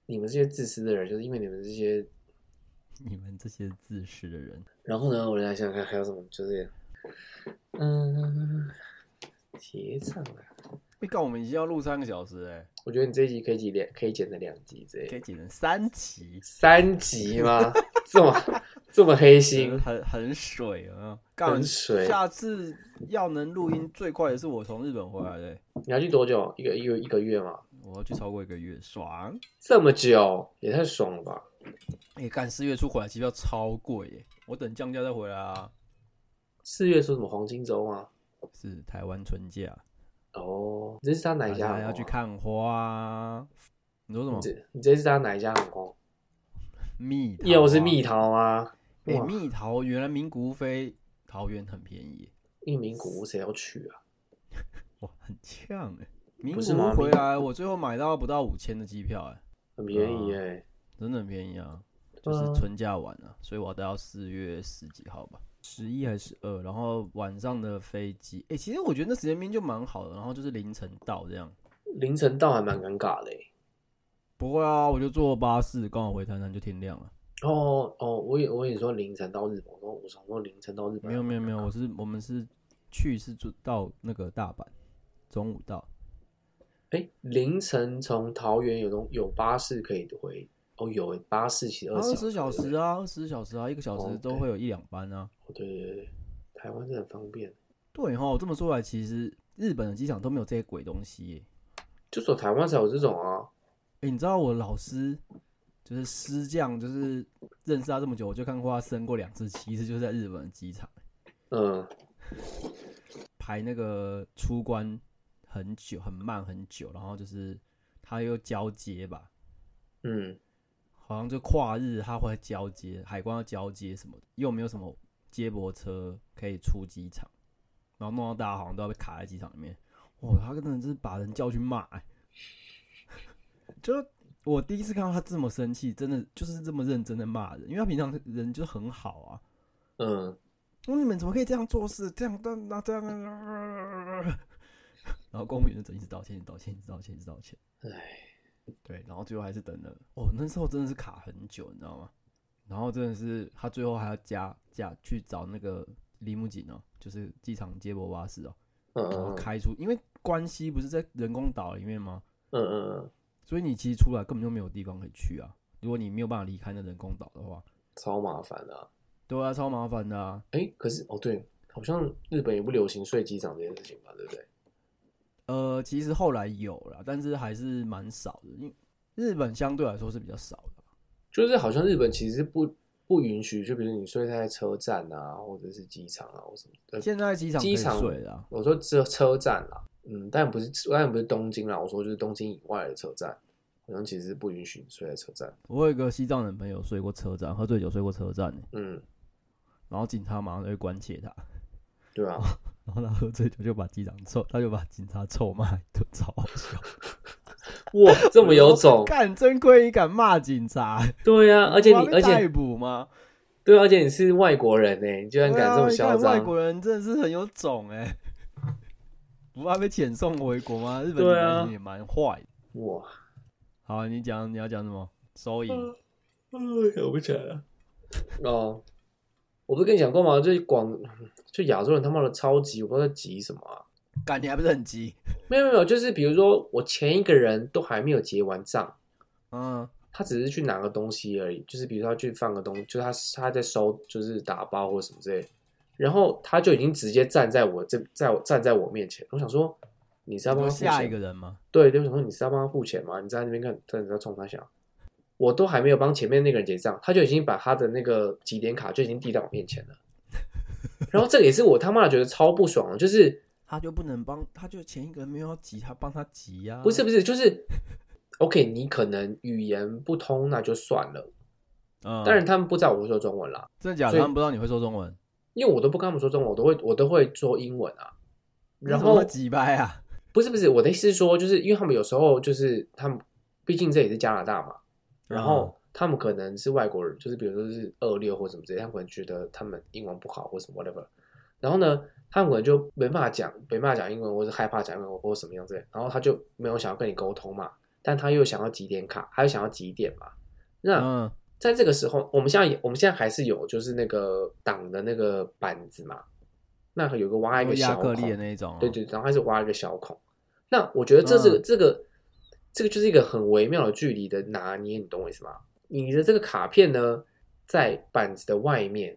你们这些自私的人，就是因为你们这些。你们这些自私的人，然后呢，我来想想看还有什么，就是嗯，结账啊，你哎看我们已经要录三个小时哎、我觉得你这一集可以剪两，可以剪成两集之类可的，以剪成三集，三集吗？ 这么这么黑心，很很水啊！干很水。下次要能录音最快的是我从日本回来的欸、你要去多久？一个一个一个月吗？我要去超过一个月，爽！这么久也太爽了吧！哎、干四月初回来机票超贵耶、我等降价再回来啊。四月说什么黄金周吗？是台湾春假，哦，你这是他哪大一家家航空啊要去看花啊。你说什么你？这你这是他哪一家航空？蜜桃、啊，又是蜜。桃啊！哎、哇蜜桃原来名古屋飞桃园很便宜耶、印名古屋谁要去啊？哇，很呛哎、名不古是吗屋回来，我最后买到不到五千的机票哎、很便宜哎、真的很便宜啊，就对啊是春假晚啊，所以我要待到四月十几号吧，十一还是十二，然后晚上的飞机，哎、其实我觉得那时间明明就蛮好的，然后就是凌晨到这样。凌晨到还蛮尴尬的、欸。不会啊，我就坐巴士，刚好回台南就天亮了。哦哦，我也我也说凌晨到日本，我说我想说凌晨到日本没有没有没有，我是我们是去是住到那个大阪，中午到，哎、凌晨从桃园有东有巴士可以回哦，有欸巴士其实二二十十小对不时对啊，二十小时啊，一个小时 OK 都会有一两班啊。哦对对对，台湾真的很方便，对哈，这么说来，其实日本的机场都没有这些鬼东西耶、就说台湾才有这种啊。哎、你知道我老师就是师匠，就是认识他这么久，我就看过他升过两次旗，一次就是在日本的机场嗯，排那个出关很久，很慢很久，然后就是他又交接吧，嗯，好像就跨日他会交接，海关要交接什么的，又没有什么接驳车可以出机场，然后弄到大家好像都要被卡在机场里面。哇，他真的就是把人叫去骂、欸，就是我第一次看到他这么生气，真的就是这么认真的骂人，因为他平常人就很好啊。嗯，说你们怎么可以这样做事？这样那那这样，然后公务员就整一直道歉，一直道歉，一直道歉，一直道歉。哎，对，然后最后还是等了。哦，那时候真的是卡很久，你知道吗？然后真的是他最后还要加加去找那个铃木井哦，就是机场接驳巴士哦，嗯然后嗯开出，因为关西不是在人工岛里面吗？嗯嗯嗯，所以你其实出来根本就没有地方可以去啊。如果你没有办法离开那人工岛的话，超麻烦的、啊。对啊，超麻烦的啊。哎，可是哦对，好像日本也不流行睡机场这件事情吧，对不对？呃，其实后来有了，但是还是蛮少的，因为日本相对来说是比较少的。就是好像日本其实不不允许，就比如你睡在车站啊，或者是机场啊，或什么的。现在机场可机以场睡的、啊，我说只有车站啦，嗯，但不是，当然不是东京啦。我说就是东京以外的车站，好像其实不允许你睡在车站。我有一个西藏人朋友睡过车站，喝醉酒睡过车站呢、嗯，然后警察马上就会关切他，对 啊，然后他喝醉酒就把机长臭，他就把警察臭骂一顿，超好笑。，哇，这么有种干真亏你敢骂警察，对啊，而且我还你，被而且逮捕吗？对啊，而且你是外国人呢、你居然敢这么对啊嚣你看外张，国人真的是很有种哎、不怕被遣送回国吗？日本警对啊察其实也蛮坏的。哇，好，你讲你要讲什么？收银。嗯，我不起来了。哦，我不是跟你讲过吗？就是广，就亚洲人他妈的超级，我不知道在急什么啊。干，你还不是很急？没有没有，就是比如说我前一个人都还没有结完账，嗯，他只是去拿个东西而已，就是比如说他去放个东就是他他在收，就是打包或什么之类，然后他就已经直接站在我这，在我站在我面前，我想说你是要你帮说他付下一钱个，人吗？对对，我想说你是要帮他付钱吗？你站在那边看，他你在冲他笑，我都还没有帮前面那个人结账，他就已经把他的那个几点卡就已经递到我面前了，然后这个也是我他妈的觉得超不爽的，就是。他就不能帮，他就前一个人没有要急，他帮他急呀、不是，不是，就是 OK，你可能语言不通那就算了，嗯，当然他们不知道我会说中文啦，真的假的？所以他们不知道你会说中文，因为我都不跟他们说中文，我都会我都会说英文啊。然你怎么后会急掰啊？不是不是，我的意思是说，就是因为他们有时候就是他们，毕竟这也是加拿大嘛，然后他们可能是外国人，就是比如说是二六或什么之类，他们可能觉得他们英文不好或什么 whatever，然后呢，他们可能就没办法讲，没办法讲英文，或是害怕讲英文或什么样之类，然后他就没有想要跟你沟通嘛，但他又想要几点卡，他又想要几点嘛，那、嗯，在这个时候，我们现在也我们现在还是有就是那个党的那个板子嘛，那有个挖一个亚小克孔，力的那一种、啊，对对，然后它是挖一个小孔。那我觉得这是、嗯这个这个就是一个很微妙的距离的拿捏，你懂我意思吗？你的这个卡片呢，在板子的外面，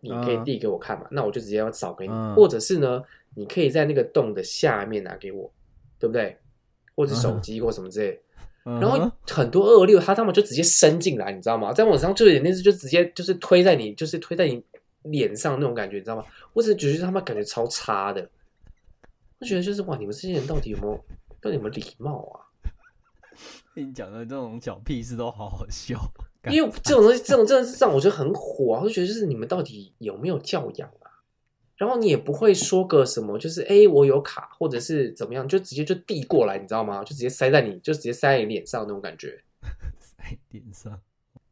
你可以嗯递给我看嘛，那我就直接要扫给你，嗯或者是呢，你可以在那个洞的下面拿给我，对不对？或者是手嗯机或什么之类的嗯哼，然后很多二六，他他们就直接伸进来，你知道吗？在我身上就有点类似，就直接就是推在你，就是推在你脸上那种感觉，你知道吗？我只是觉得他妈感觉超差的，我觉得就是哇，你们这些人到底有没有，到底有没有礼貌啊？ 你讲的这种小屁事都好好笑，因为这种东西，这种真的是让我觉得很火啊！我就觉得就是你们到底有没有教养啊？然后你也不会说个什么，就是哎、诶我有卡，或者是怎么样，就直接就递过来，你知道吗？就直接塞在你，就直接塞在你脸上那种感觉。在哎脸 上。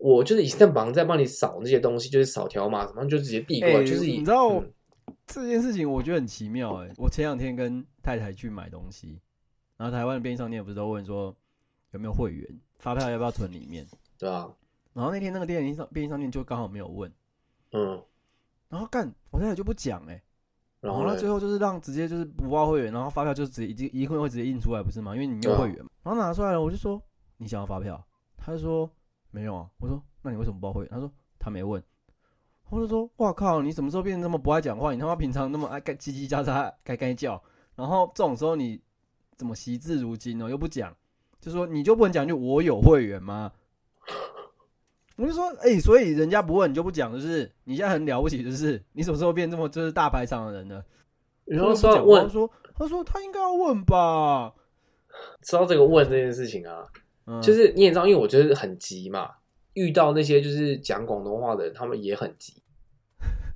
我就是已经在忙在帮你扫那些东西，就是扫条码什么，就直接递过来，欸就是以你知道、嗯这件事情，我觉得很奇妙哎、我前两天跟太太去买东西，然后台湾的便利商店不是都问说有没有会员，发票要不要存里面？对啊吧？然后那天那个店利商便利商店就刚好没有问，嗯，然后干我太太就不讲哎、然后后呢呢，最后就是让直接就是不报会员，然后发票就直接已经一定会直接印出来，不是吗？因为你没有对啊会员嘛。然后拿出来了，我就说你想要发票，他就说没有啊。我说那你为什么不报会员？他说他没问。我就说哇靠，你什么时候变得这么不爱讲话？你他妈平常那么爱该叽叽喳喳，该该叫，然后这种时候你怎么惜字如金呢？又不讲，就说你就不能讲就我有会员吗？我就说，哎、所以人家不问你就不讲，就是你现在很了不起，就是你什么时候变这么就是大排场的人呢？然后他说就到不讲问他说他说他应该要问吧，说到这个问这件事情啊，嗯就是你也知道，因为我觉得很急嘛，遇到那些就是讲广东话的人，他们也很急，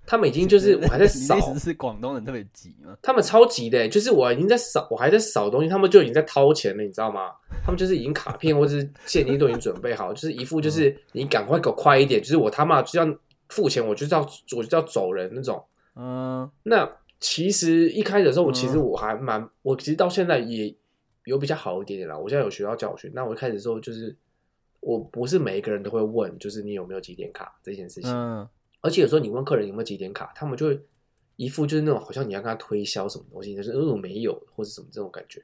他们已经就是我还在 你的扫意，思是广东人特别急吗？他们超级的、就是我已经在扫，我还在扫东西，他们就已经在掏钱了，你知道吗？他们就是已经卡片或者是现金都已经准备好，就是一副就是你赶快给我快一点，就是我他妈就要付钱，我就是要我就要走人那种。嗯，那其实一开始的时候，我其实嗯我还蛮，我其实到现在也有比较好一点点啦。我现在有学到教训。那我一开始的时候就是，我不是每一个人都会问，就是你有没有几点卡这件事情。嗯，而且有时候你问客人有没有几点卡，他们就会一副就是那种好像你要跟他推销什么东西，就是嗯我没有或者什么这种感觉。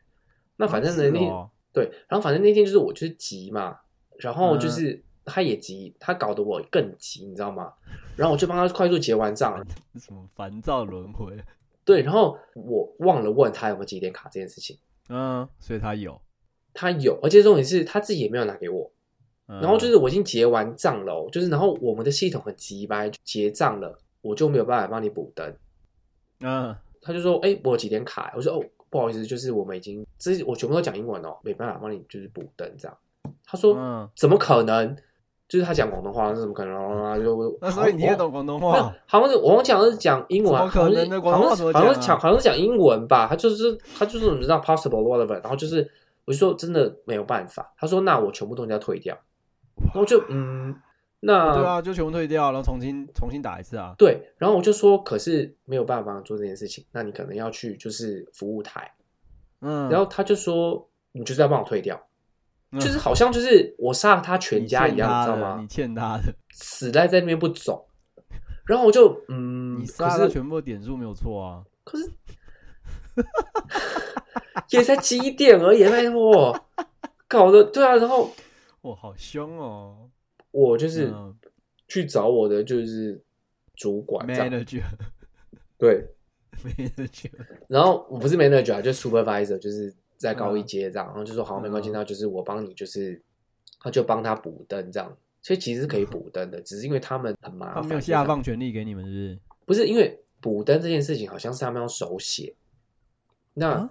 那反正呢，是那哦对，然后反正那天就是我就是急嘛，然后嗯就是他也急，他搞得我更急，你知道吗？然后我就帮他快速结完账，什么烦躁轮回，对，然后我忘了问他有没有几点卡这件事情，嗯，所以他有，他有，而且重点是他自己也没有拿给我。嗯然后就是我已经结完账了哦，就是然后我们的系统很急掰，结账了我就没有办法帮你补灯。嗯他就说：“哎、我有几点卡？”我说：“哦，不好意思，就是我们已经，这是我全部都讲英文哦，没办法帮你就是补灯这样。”他说：“嗯，怎么可能？就是他讲广东话，那怎么可能？”然后就嗯那所以你听得懂广东话没有？好像是我忘记好像是讲英文啊，怎么可能呢好像是广东话怎么讲啊好像是讲好像是讲英文吧，他就是他就是怎么知道 possible whatever，然后就是我就说真的没有办法，他说那我全部东西要退掉，然后就嗯，那对啊，就全部退掉，然后重新重新打一次啊。对然后我就说可是没有办法帮你做这件事情，那你可能要去就是服务台，嗯，然后他就说你就是要帮我退掉，嗯就是好像就是我杀了他全你家一欠样，他你知道的吗你？欠他的，死赖在那边不走，然后我就嗯，你可杀了是全部的点数没有错啊。可是也才几点而已，拜托， 搞得对啊。然后哇，好凶哦！我就是嗯去找我的就是主管这样， manager，manager，对，然后我不是 manager 啊，就是 supervisor，就是在高一阶这样，然后就说好，没关系，嗯那就是我帮你，就是他就帮他补灯这样。所以其实是可以补灯的，只是因为他们很麻嗯他烦，没有下放权力给你们，是不是？不是因为补灯这件事情，好像是他们要手写。那、啊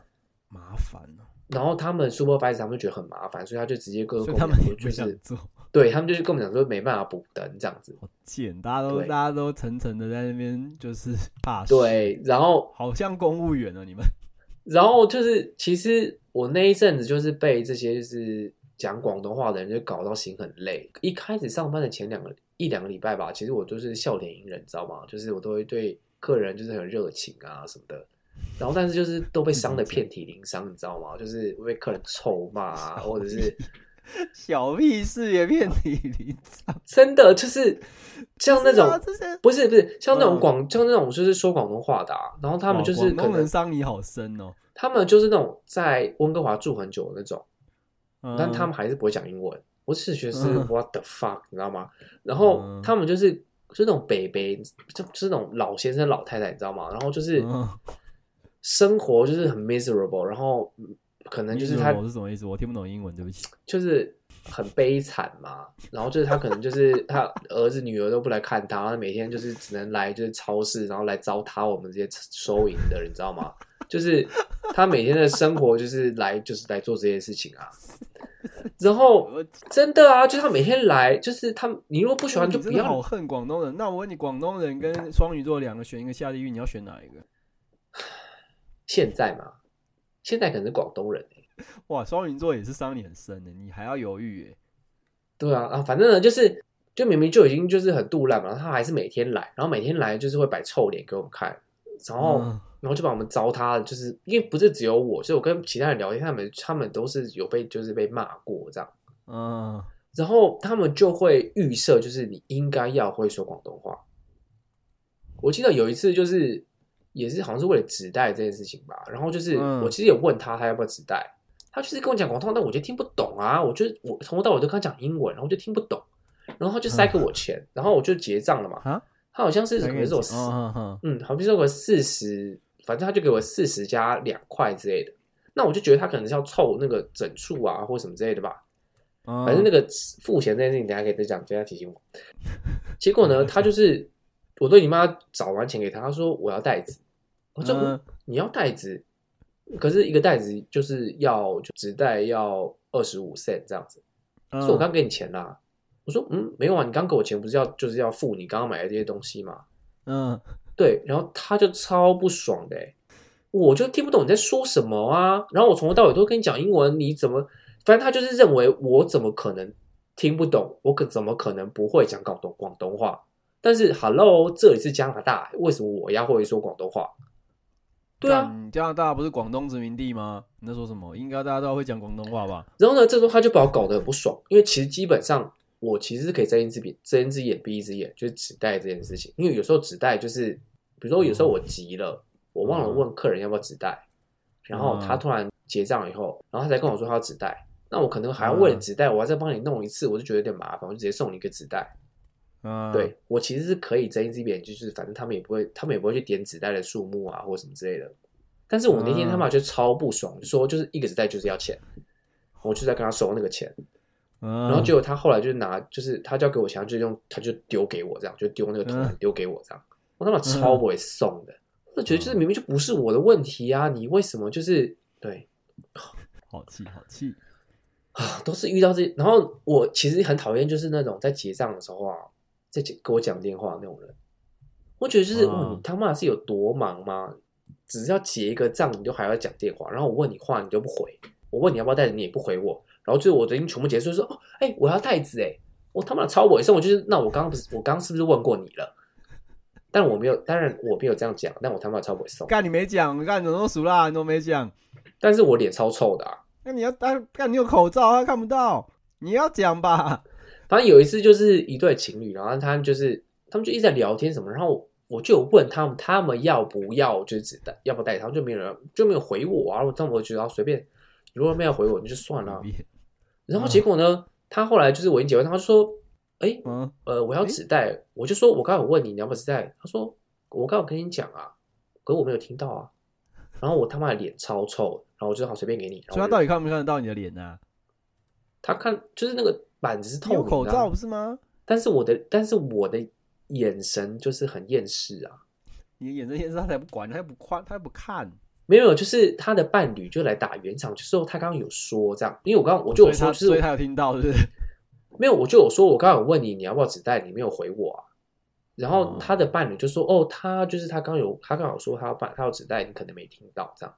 麻烦哦，然后他们 supervisor 他们就觉得很麻烦，所以他就直接跟所跟以我他们们讲说，就也不想是做。对他们就是跟我们讲说没办法补灯这样子。好贱，大家都对大家都层层的在那边 就是怕事，，对，然后好像公务员哦，你们。 然后就是其实我那一阵子就是被这些就是讲广东话的人就搞到心很累。一开始上班的前两个一两个礼拜吧，其实我就是笑脸迎人，你知道吗？就是我都会对客人就是很热情啊什么的。然后，但 是就是都被伤的遍体鳞伤，你知道吗？就是会被客人臭骂啊，或者是小屁事也遍体鳞伤，真的就是像那种是啊这些不是不是像那种嗯广、像那种就是说广东话的、啊，然后他们哇就是可广东能人伤你好深哦。他们就是那种在温哥华住很久的那种，嗯但他们还是不会讲英文。我只是觉得是嗯 what the fuck，你知道吗？然后嗯他们就是就是那种北北，就就是那种老先生老太太，你知道吗？然后就是嗯生活就是很 miserable，然后嗯可能就是他我是什么意思？我听不懂英文，对不起。就是很悲惨嘛，然后就是他可能 就是他儿子女儿都不来看他，他每天就是只能来就是超市，然后来糟蹋我们这些收银的人，你知道吗？就是他每天的生活就是来就是来做这些事 情啊，然后我真的啊，就是他每天来，就是他你如果不喜欢就你不真的好要，恨广东人。那我问你，广东人跟双鱼座两个选一个下地狱，你要选哪一个？现在嘛，现在可能是广东人欸、哇，双鱼座也是伤你很深的，你还要犹豫耶？对啊，啊，反正呢，就是就明明就已经就是很肚烂嘛，他还是每天来，然后每天来就是会摆臭脸给我们看，然后、嗯然后就把我们糟蹋了，就是因为不是只有我，所以我跟其他人聊天，他们他们都是有被就是被骂过这样，嗯，然后他们就会预设就是你应该要会说广东话。我记得有一次就是也是好像是为了纸袋这件事情吧，然后就是、嗯我其实也问他他要不要纸袋，他就是跟我讲广东话，但我就听不懂啊，我就我从头到尾都跟他讲英文，然后我就听不懂，然后他就塞给我钱，然后我就结账了嘛，啊，他好像是大可概能是我四、嗯嗯嗯嗯，好比说我四十，反正他就给我四十加两块之类的，那我就觉得他可能是要凑那个整数啊或什么之类的吧，嗯，反正那个付钱这件事情，等一下可以再讲，等一下提醒我。结果呢，他就是我对你妈找完钱给他，他说我要袋子，我说、嗯你要袋子，可是一个袋子就是要就只袋要二十五 cent 这样子，嗯说我刚给你钱啦。我说嗯没有啊，你刚给我钱不是要就是要付你刚刚买的这些东西吗？嗯，对，然后他就超不爽的欸、我就听不懂你在说什么啊。然后我从头到尾都跟你讲英文，你怎么？反正他就是认为我怎么可能听不懂，我可怎么可能不会讲广东广东话？但是，Hello，这里是加拿大，欸为什么我要会说广东话？对啊，干，加拿大不是广东殖民地吗？你在说什么？应该大家都会讲广东话吧？然后呢，这时候他就把我搞得很不爽，因为其实基本上我其实是可以睁一只眼睁一只眼闭一只眼，就是纸袋这件事情。因为有时候纸袋就是，比如说有时候我急了，我忘了问客人要不要纸袋，然后他突然结账以后，然后他才跟我说他要纸袋，那我可能还要为了纸袋，我要再帮你弄一次，我就觉得有点麻烦，我就直接送你一个纸袋。嗯，对我其实是可以睁一只眼，就是反正他们也不会，他们也不会去点纸袋的数目啊或什么之类的。但是我那天他嗯妈就超不爽，就说就是一个纸袋就是要钱，我就在跟他收那个钱。嗯，然后结果他后来就拿，就是他就要给我钱，他就用他就丢给我这样，就丢那个铜板嗯丢给我这样，我他妈超不会送的，我觉得嗯就是明明就不是我的问题啊，你为什么就是对好气好气，啊，都是遇到这，然后我其实很讨厌就是那种在结账的时候啊，在结跟我讲电话的那种人，我觉得就是嗯哇，你他妈是有多忙吗？只是要结一个账，你就还要讲电话，然后我问你话你都不回，我问你要不要袋子你也不回我，然后最后我已经全部结束就说哦，哎、我要袋子哎、我他妈的超委送，我就是那我刚刚不是我刚刚是不是问过你了？但我没有，当然我没有这样讲，但我他妈的超委送，干你没讲，干你怎么都熟啦？你都没讲，但是我脸超臭的啊。那你要干干你有口罩，啊他看不到，你要讲吧？反正有一次就是一对情侣，然后他们就是他们就一直在聊天什么，然后我就有问他们他们要不要就是只带要不带，他们就没有人就没有回我啊，我但我就觉得啊随便，如果没有回我那就算 了。嗯然后结果呢，他后来就是我已经结婚，他就说，哎嗯，呃我要纸袋，我就说我刚有问你你要不要纸袋，他说我刚有跟你讲啊，可我没有听到啊，然后我他妈的脸超臭，然后我就好随便给你，然所以后我他到就底看不看得到你的脸啊？他看就是那个板子是你透有明的啊、口罩不是吗？但是我的，但是我的眼神就是很厌世啊。你的眼神现在他才不管，他也不看，他也不看，没有，就是他的伴侣就来打圆场，就是说他刚刚有说这样，因为我刚刚我就有所以说，他就是所以我他有听到，对不 对？没有，我就有说我刚刚有问你你要不要纸袋，你没有回我啊。然后哦他的伴侣就说：“哦，他就是他刚有他刚好说他要办他要纸袋，你可能没听到这样。”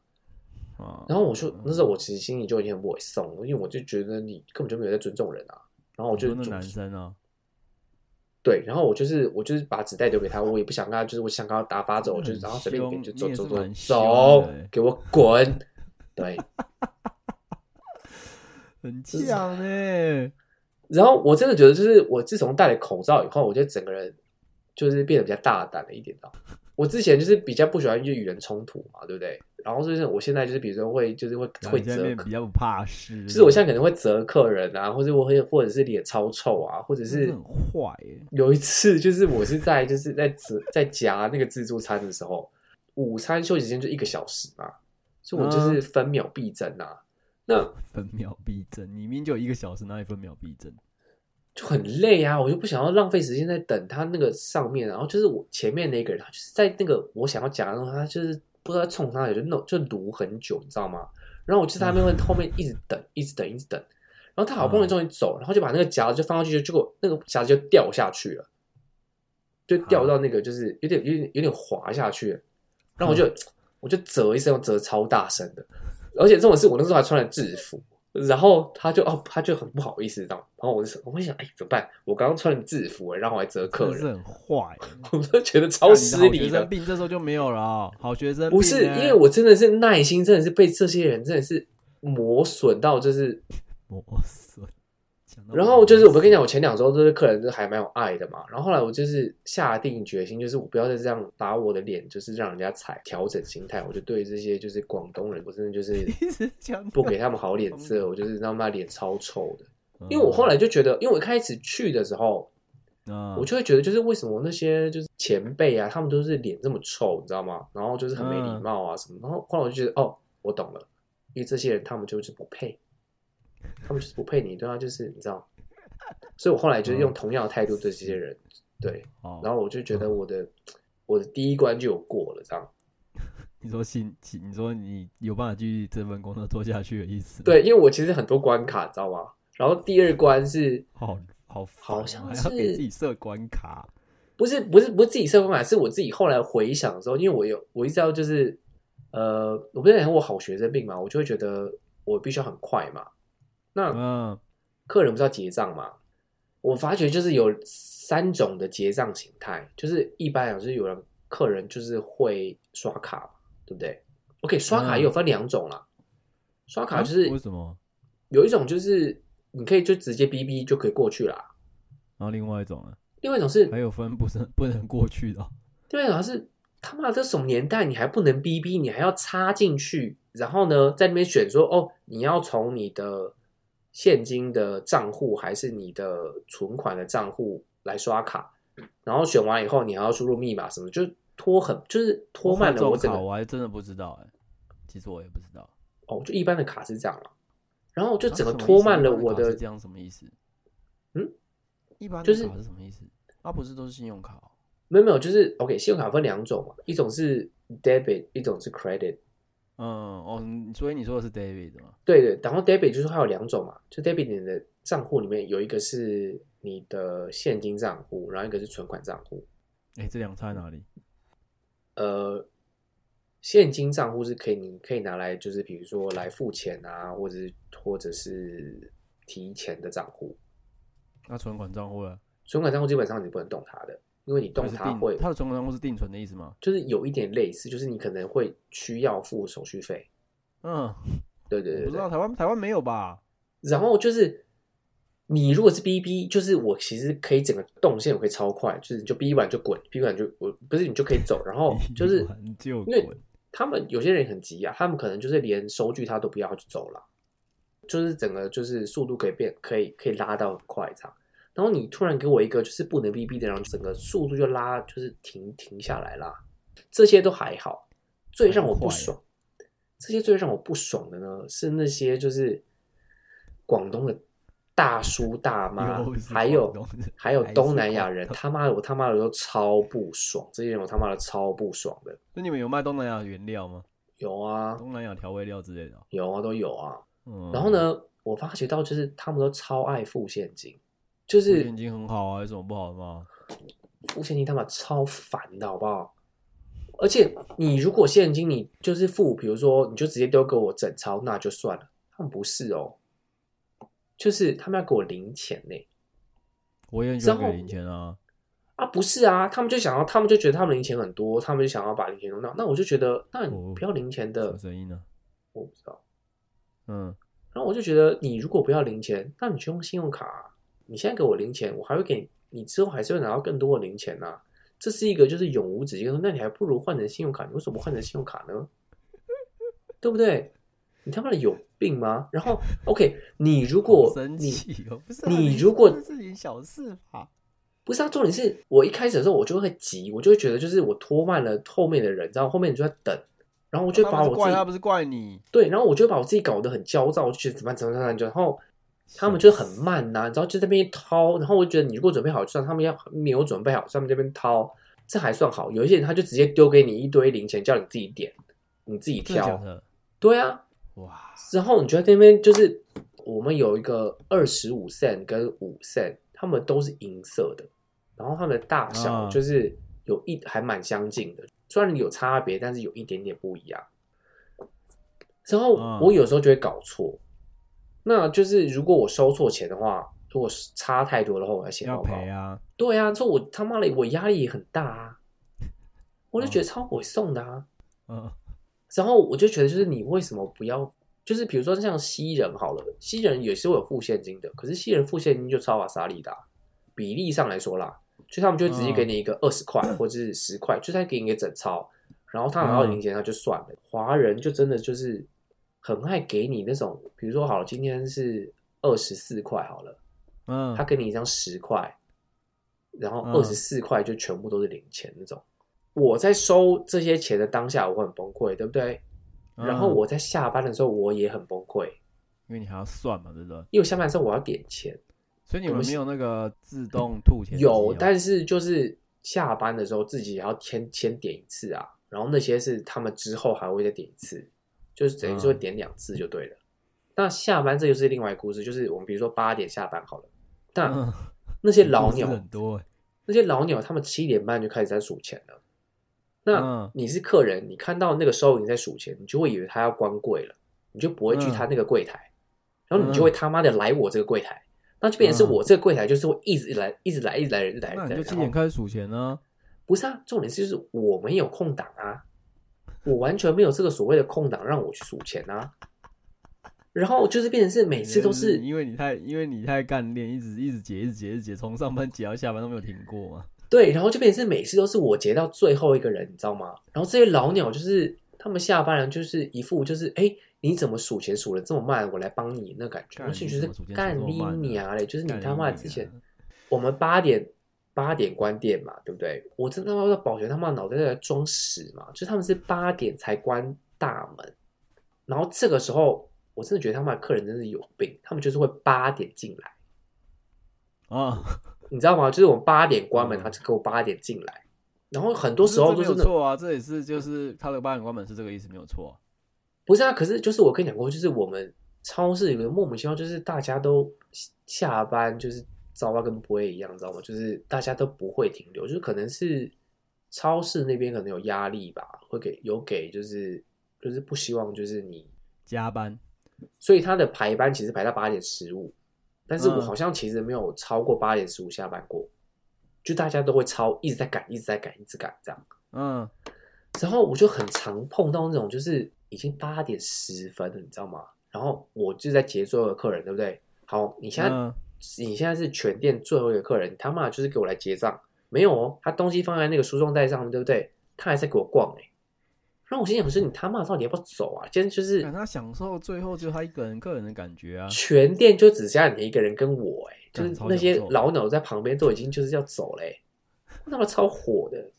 哦然后我就那时候我其实心里就已经很不会送，因为我就觉得你根本就没有在尊重人啊。然后我我就那就男生哦，对，然后我就是我就是把纸袋留给他，我也不想跟他，就是我想跟他打发走，你我很就是然后随便给凶就你走也走是走蛮凶的走欸，给我滚！对，很强哎、然后我真的觉得，就是我自从戴了口罩以后，我觉得整个人就是变得比较大胆了一点吧。我之前就是比较不喜欢就与人冲突嘛，对不对？然后就是我现在就是比如说会就是会然后会你现在责变客比，较不怕事，就是我现在可能会责客人啊，或者我会或者是脸超臭啊，或者真的是很坏哎、有一次就是我是在就是在自在夹那个自助餐的时候，午餐休息时间就一个小时嘛，所以我就是分秒必争啊，那 分秒必争，你明明就有一个小时，哪里分秒必争？就很累啊，我就不想要浪费时间在等他那个上面，然后就是我前面那个人，他就是在那个我想要讲的东西，他就是不知道冲他，就弄就撸很久，你知道吗？然后我就在他面后面一直等，一直等，一直等，然后他好不容易终于走，然后就把那个夹子就放上去，结果那个夹子就掉下去了，就掉到那个就是有点有点有点滑下去了，然后我就、我就啧一声，我啧超大声的，而且这种事我那时候还穿了制服，然后他就哦，他就很不好意思，这样。然后我就我会想，哎，怎么办？我刚刚穿了制服，欸然后我还折客真的是人，很坏、欸。 我就觉得干超你失好学礼生的。病啊这时候就没有了哦、好学生病、不是，因 为我真的是耐心，真的是被这些人真的是磨损到，就是，嗯磨损。讲到然后就是磨我损跟你讲，我前两周就是客人就是还蛮有爱的嘛。然后后来我就是下定决心，就是我不要再这样把我的脸就是让人家踩，调整心态。我就对这些就是广东人，我真的就是一直讲不给他们好脸 色，我就是让他们脸超臭的。到，因为我后来就觉得，因为我一开始去的时候，嗯，我就会觉得，就是为什么那些就是前辈啊，他们都是脸这么臭，你知道吗？然后就是很没礼貌啊什么。然后后来我就觉得，哦，我懂了，因为这些人他们就是不配，他们就是不配你，对啊，就是你知道。所以我后来就是用同样的态度对这些人，对。哦然后我就觉得我的我的第一关就有过了，这样。你说心，你说你有办法继续这份工作做下去的意思吗？对，因为我其实很多关卡，你知道吗？然后第二关是好好烦好哦像还要给是自己设关卡，不是不是不是自己设方法，是我自己后来回想的时候，因为我有我一直要就是呃，我不是讲我好学生病嘛，我就会觉得我必须要很快嘛。那嗯，客人不是要结账嘛？我发觉就是有三种的结账形态，就是一般讲就是有人客人就是会刷卡嘛，对不对？OK，刷卡也有分两种啦，刷卡就是嗯啊为什么？有一种就是你可以就直接哔哔就可以过去啦，然后另外一种呢，另外一种是还有分不能不能过去的哦，对啊，是他妈这什么年代，你还不能逼逼，你还要插进去，然后呢，在那边选说，哦，你要从你的现金的账户还是你的存款的账户来刷卡，然后选完以后，你还要输入密码什么，就拖很，就是拖慢这了种我整卡个我还真的不知道哎，其实我也不知道，哦，就一般的卡是这样了，然后就啊整个什么意拖思慢一了般的我卡是的这样什么意思？嗯，一般的就是卡是什么意思？啊，不是都是信用卡哦没有没有，就是 OK，信用卡分两种嘛，一种是 debit，一种是 credit。嗯哦，你所以你说的是 David 吗？对对，然后 debit 就是还有两种嘛，就 debit 你的账户里面有一个是你的现金账户，然后一个是存款账户。哎、这两差在哪里？呃，现金账户是可以，你可以拿来就是比如说来付钱啊，或者是或者是提钱的账户。那存款账户了，存款账户基本上你不能动它的，因为你动它是它定会它的存款账户是定存的意思吗？就是有一点类似，就是你可能会需要付手续费。嗯，对对我对不知对道，。台湾台湾没有吧？然后就是你如果是 BB，就是我其实可以整个动线我可以超快，就是你就 BB 完就滚，BB 完就我不是你就可以走。然后哦 就是玩就因为滚，他们有些人很急啊，他们可能就是连收据他都不要他就走了，就是整个就是速度可以变，可以可以拉到很快这样。然后你突然给我一个就是不能 BB 的，然后整个速度就拉就是停停下来啦。这些都还好，最让我不爽，这些最让我不爽的呢是那些就是广东的大叔大妈又，是还有广东人还有还是东南亚广人，东他妈的我他妈的都超不爽，这些人我他妈的超不爽的。那你们有卖东南亚的原料吗？有啊，东南亚调味料之类的哦？有啊，都有啊。嗯，然后？呢，我发觉到就是他们都超爱付现金，就付是现金很好啊，有什么不好的吗？付现金他妈超烦的好不好？而且你如果现金你就是付，比如说你就直接丢给我整钞，那就算了。他们不是哦，就是他们要给我零钱呢、我也很喜欢之后给零钱啊。啊，不是啊，他们就想要，他们就觉得他们零钱很多，他们就想要把零钱弄到。那我就觉得，那你哦不要零钱什的么，声音呢？我不知道。嗯，然后我就觉得，你如果不要零钱，那你就用信用卡啊、你现在给我零钱，我还会给你，你之后还是会拿到更多的零钱呐、这是一个就是永无止境的。那你还不如换成信用卡，你为什么不换成信用卡呢？ 对不对？你他妈的有病吗？然后，OK，你如果好生你气哦， 不是啊你你如果这是点小事吧？不是啊，重点是我一开始的时候我就会急，我就会觉得就是我拖慢了后面的人，然后后面人就在等，然后我就会把他不是我自怪己他不是怪你，对，然后我就会把我自己搞得很焦躁，我就觉得怎么办怎么办怎么办，然后他们就很慢呐、然后就在那边掏，然后我就觉得你如果准备好，就算他们要没有准备好，他们这边掏，这还算好。有一些人他就直接丢给你一堆零钱，叫你自己点，你自己真的假挑。的？对啊，哇，然后你就在那边就是我们有一个二十五 cent 跟五 cent，他们都是银色的，然后它们的大小啊就是有一还蛮相近的，虽然有差别，但是有一点点不一样。然后啊我有时候就会搞错，那就是如果我收错钱的话，如果是差太多的话，我要写要报告。赔啊！对啊，这我他妈的我压力也很大啊，我就觉得哦超鬼送的啊。嗯，然后我就觉得，就是你为什么不要？就是比如说像西人好了，西人也是会有付现金的，可是西人付现金就超瓦萨利的啊、比例上来说啦，就他们就直接嗯给你一个二十块或者是十块，就他给你一个整钞，然后他拿到零钱他就算了。华人就真的就是很爱给你那种，比如说好了，今天是二十四块好了，嗯，他给你一张十块，然后嗯二十四块就全部都是零钱那种。我在收这些钱的当下，我很崩溃，对不对？嗯然后，我在下班的时候，我也很崩溃，因为你还要算嘛，对不对？因为我下班的时候我要点钱，所以你我们们没是有那个自动吐钱机哦有， 但是就是下班的时候自己也要先先点一次啊，然后那些是他们之后还会再点一次，就是等于说嗯点两次就对了。那下班这就是另外一个故事，就是我们比如说八点下班好了，那嗯那些老故事鸟很多欸，那些老鸟他们七点半就开始在数钱了。嗯那你是客人，你看到那个收银在数钱，你就会以为他要关柜了，你就不会去嗯他那个柜台，然后你就会他妈的来我这个柜台，那就变成是嗯我这个柜台就是会一直来，一直来，一直来，一直来，那一直你来就七点然后开始数钱呢？不是啊，重点是就是我没有空档啊，我完全没有这个所谓的空档让我去数钱啊，然后就是变成是每次都是因为你太因为你太干练，一直一直解一直解一直解，从上班解到下班都没有停过嘛。对，然后就变成是每次都是我结到最后一个人，你知道吗？然后这些老鸟就是他们下班了，就是一副就是哎，诶你怎么数钱数的这么慢？我来帮你那感觉，干我就你觉怎得么数钱数干这么你慢啊娘嘞！就是你干他妈你之前娘我们八点八点关店嘛，对不对？我真他妈的保全他妈脑袋在装屎嘛！就是他们是八点才关大门，然后这个时候我真的觉得他们的客人真是有病，他们就是会八点进来。啊，你知道吗？就是我们八点关门，嗯他就给我八点进来，然后很不多时候没都有是那错啊，这也是就是他的八点关门是这个意思，没有错啊。不是啊，可是就是我跟你讲过，就是我们超市有个莫名其妙，就是大家都下班就是早到跟不会一样，你知道吗？就是大家都不会停留，就是可能是超市那边可能有压力吧，会给有给就是就是不希望就是你，加班，所以他的排班其实排到八点十五，但是我嗯好像其实没有超过八点十五下班过，就大家都会超一直在赶，一直在赶，一直赶这样。嗯，然后我就很常碰到那种，就是已经八点十分了，你知道吗？然后我就在结最后一个客人，对不对？好，你现在、嗯你现在是全店最后一个客人，你他妈就是给我来结账，没有哦，他东西放在那个输送带上面，对不对？他还在给我逛哎、然后我心想说，你他妈到底要不要走啊？今天就是让他享受最后就他一个人个人的感觉啊。全店就只剩下你一个人跟我、欸，哎，就干是超那享些受老鸟在旁边都已经就是要走 嘞、我他妈超火的。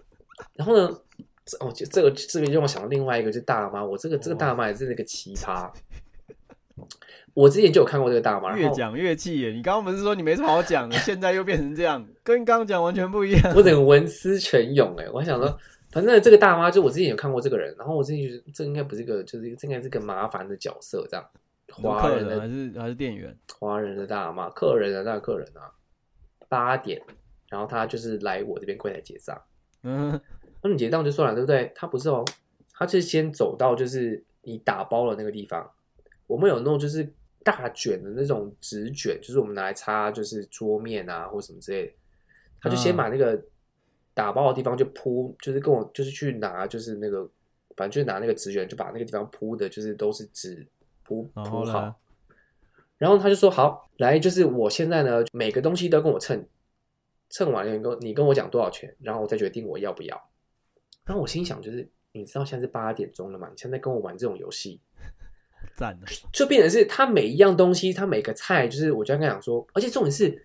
然后呢，这哦，就这个这个让我想到另外一个，就是大妈，我这个哦这个大妈也是那个奇葩。我之前就有看过这个大妈，越然后讲越气耶！你刚刚不是说你没什么好讲的，现在又变成这样，跟刚刚讲完全不一样。我整个文思泉涌哎、欸，我想说，反正这个大妈就我之前有看过这个人，然后我之前觉得这应该不是个，就是这应该是个麻烦的角色这样。华客人人的还是还是店员？华人的大妈，客人的那客人啊，八点，然后他就是来我这边柜台结账，嗯，那你结账就算了，对不对？他不是哦，他是先走到就是你打包的那个地方，我们有那种就是大卷的那种纸卷，就是我们拿来擦就是桌面啊或什么之类的，他就先嗯把那个打包的地方就铺，就是跟我就是去拿就是那个，反正就拿那个纸卷就把那个地方铺的，就是都是纸。谱然后谱呢好。，然后他就说好，来，就是我现在呢，每个东西都跟我称，称完了你跟你跟我讲多少钱，然后我再决定我要不要。然后我心想，就是你知道现在是八点钟了嘛，你现在跟我玩这种游戏，赞了，就变成是他每一样东西，他每个菜，就是我就跟他讲说，而且重点是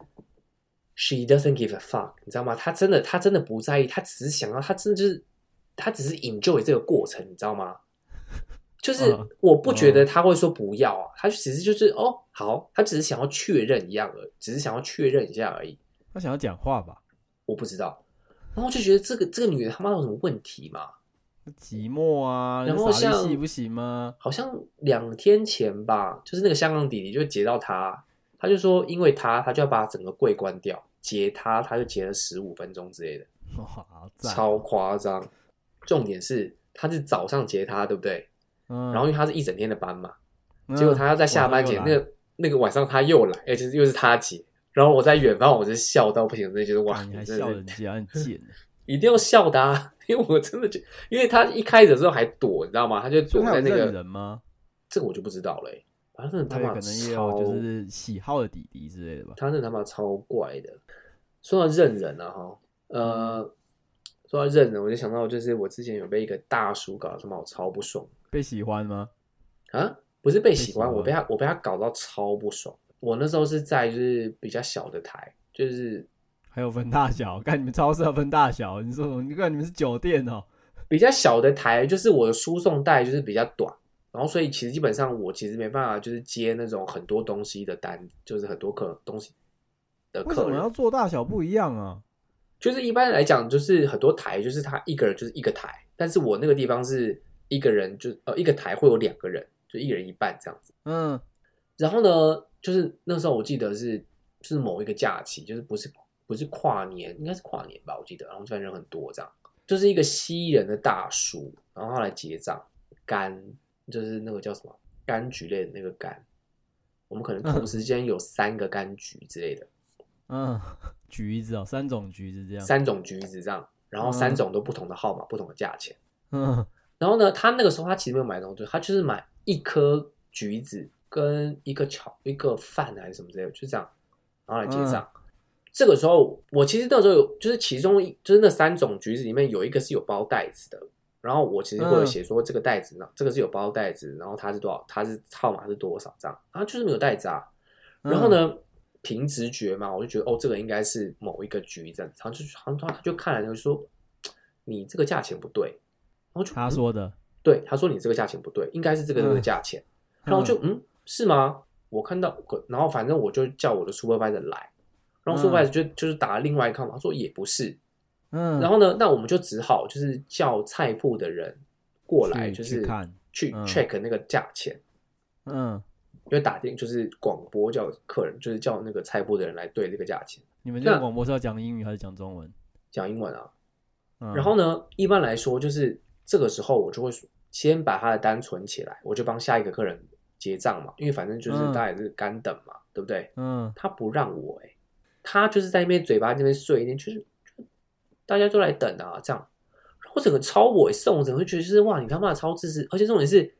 ，she doesn't give a fuck，你知道吗？她真的，她真的不在意，她只是想要，她真的就是，她只是 enjoy 这个过程，你知道吗？就是嗯我不觉得他会说不要啊，他只是就是哦好，他只是想要确认一样而已，只是想要确认一下而已，他想要讲话吧？我不知道。然后我就觉得这个这个女的他妈有什么问题嘛？寂寞啊，然后傻力像气不行吗？好像两天前吧，就是那个香港弟弟就截到他，他就说因为他，他就要把整个柜关掉，截他，他就截了十五分钟之类的，哇，赞！超夸张。重点是他是早上截他，对不对？嗯，然后因为他是一整天的班嘛，嗯结果他要在下班前，晚上那又来个那个晚上他又来，而且又是他截。然后我在远方，我就笑到不行，那就是哇，干你还真的笑是人家，你贱！ 一定要笑的、啊， 因为我真的觉得，因为他一开始的时候还躲，你知道吗？他就所躲以在他有那认个，人吗？这个我就不知道了、欸。反正真的他他妈有可的能也有超就是喜好的弟弟之类的吧？他那他妈超怪的。说到认人啊，哈，嗯呃，说到认人，我就想到就是我之前有被一个大叔搞得他妈我超不爽被喜欢吗？啊，不是被喜欢，被喜欢我被他我被他搞到超不爽。我那时候是在就是比较小的台，就是还有分大小，看你们超市要分大小，你说什么？你看你们是酒店哦，比较小的台，就是我的输送带就是比较短，然后所以其实基本上我其实没办法就是接那种很多东西的单，就是很多客东西的为什客么人要。做大小不一样啊？就是一般来讲，就是很多台，就是他一个人就是一个台，但是我那个地方是一个人就呃一个台会有两个人，就一人一半这样子。嗯，然后呢，就是那时候我记得是就是某一个假期，就是不是不是跨年，应该是跨年吧，我记得。然后反正人很多这样，就是一个西人的大叔，然后他来结账，柑就是那个叫什么柑橘类的那个柑，我们可能同时间有三个柑橘之类的。嗯， 橘子哦，三种橘子这样。三种橘子这样，然后三嗯种都不同的号码，不同的价钱。嗯，然后呢，他那个时候他其实没有买东西，他就是买一颗橘子跟一个巧一个饭还是什么之类的，就这样，然后来结账。这个时候，我其实那时候有，就是其中一就是那三种橘子里面有一个是有包袋子的，然后我其实会有写说这个袋子呢，这个是有包袋子，然后它是多少，它是号码是多少这样，啊，就是没有袋子啊，嗯然后？呢，凭直觉嘛，我就觉得哦，这个应该是某一个局这样子，然后就然后他就看了，就说你这个价钱不对，然后就他嗯说的。对，他说你这个价钱不对，应该是这个这个嗯价钱， 然后就嗯是吗？我看到，可然后反正我就叫我的 supervisor 来，然后嗯 supervisor 就、就是打了另外一个号码，他说也不是，嗯，然后呢，那我们就只好就是叫菜铺的人过来，去就去是看去嗯 check 那个价钱，嗯，因为打电就是广播叫客人，就是叫那个菜铺的人来对这个价钱。你们这那个广播是要讲英语还是讲中文？讲英文啊。嗯、然后呢，一般来说就是这个时候我就会先把他的单存起来，我就帮下一个客人结账嘛，因为反正就是嗯大家也是干等嘛，对不对？ 嗯，他不让我哎、他就是在那边嘴巴这边碎一点，就是就大家都来等啊这样。然后我整个超委送，我整个就觉得就是哇，你他妈的超自私，而且重点是，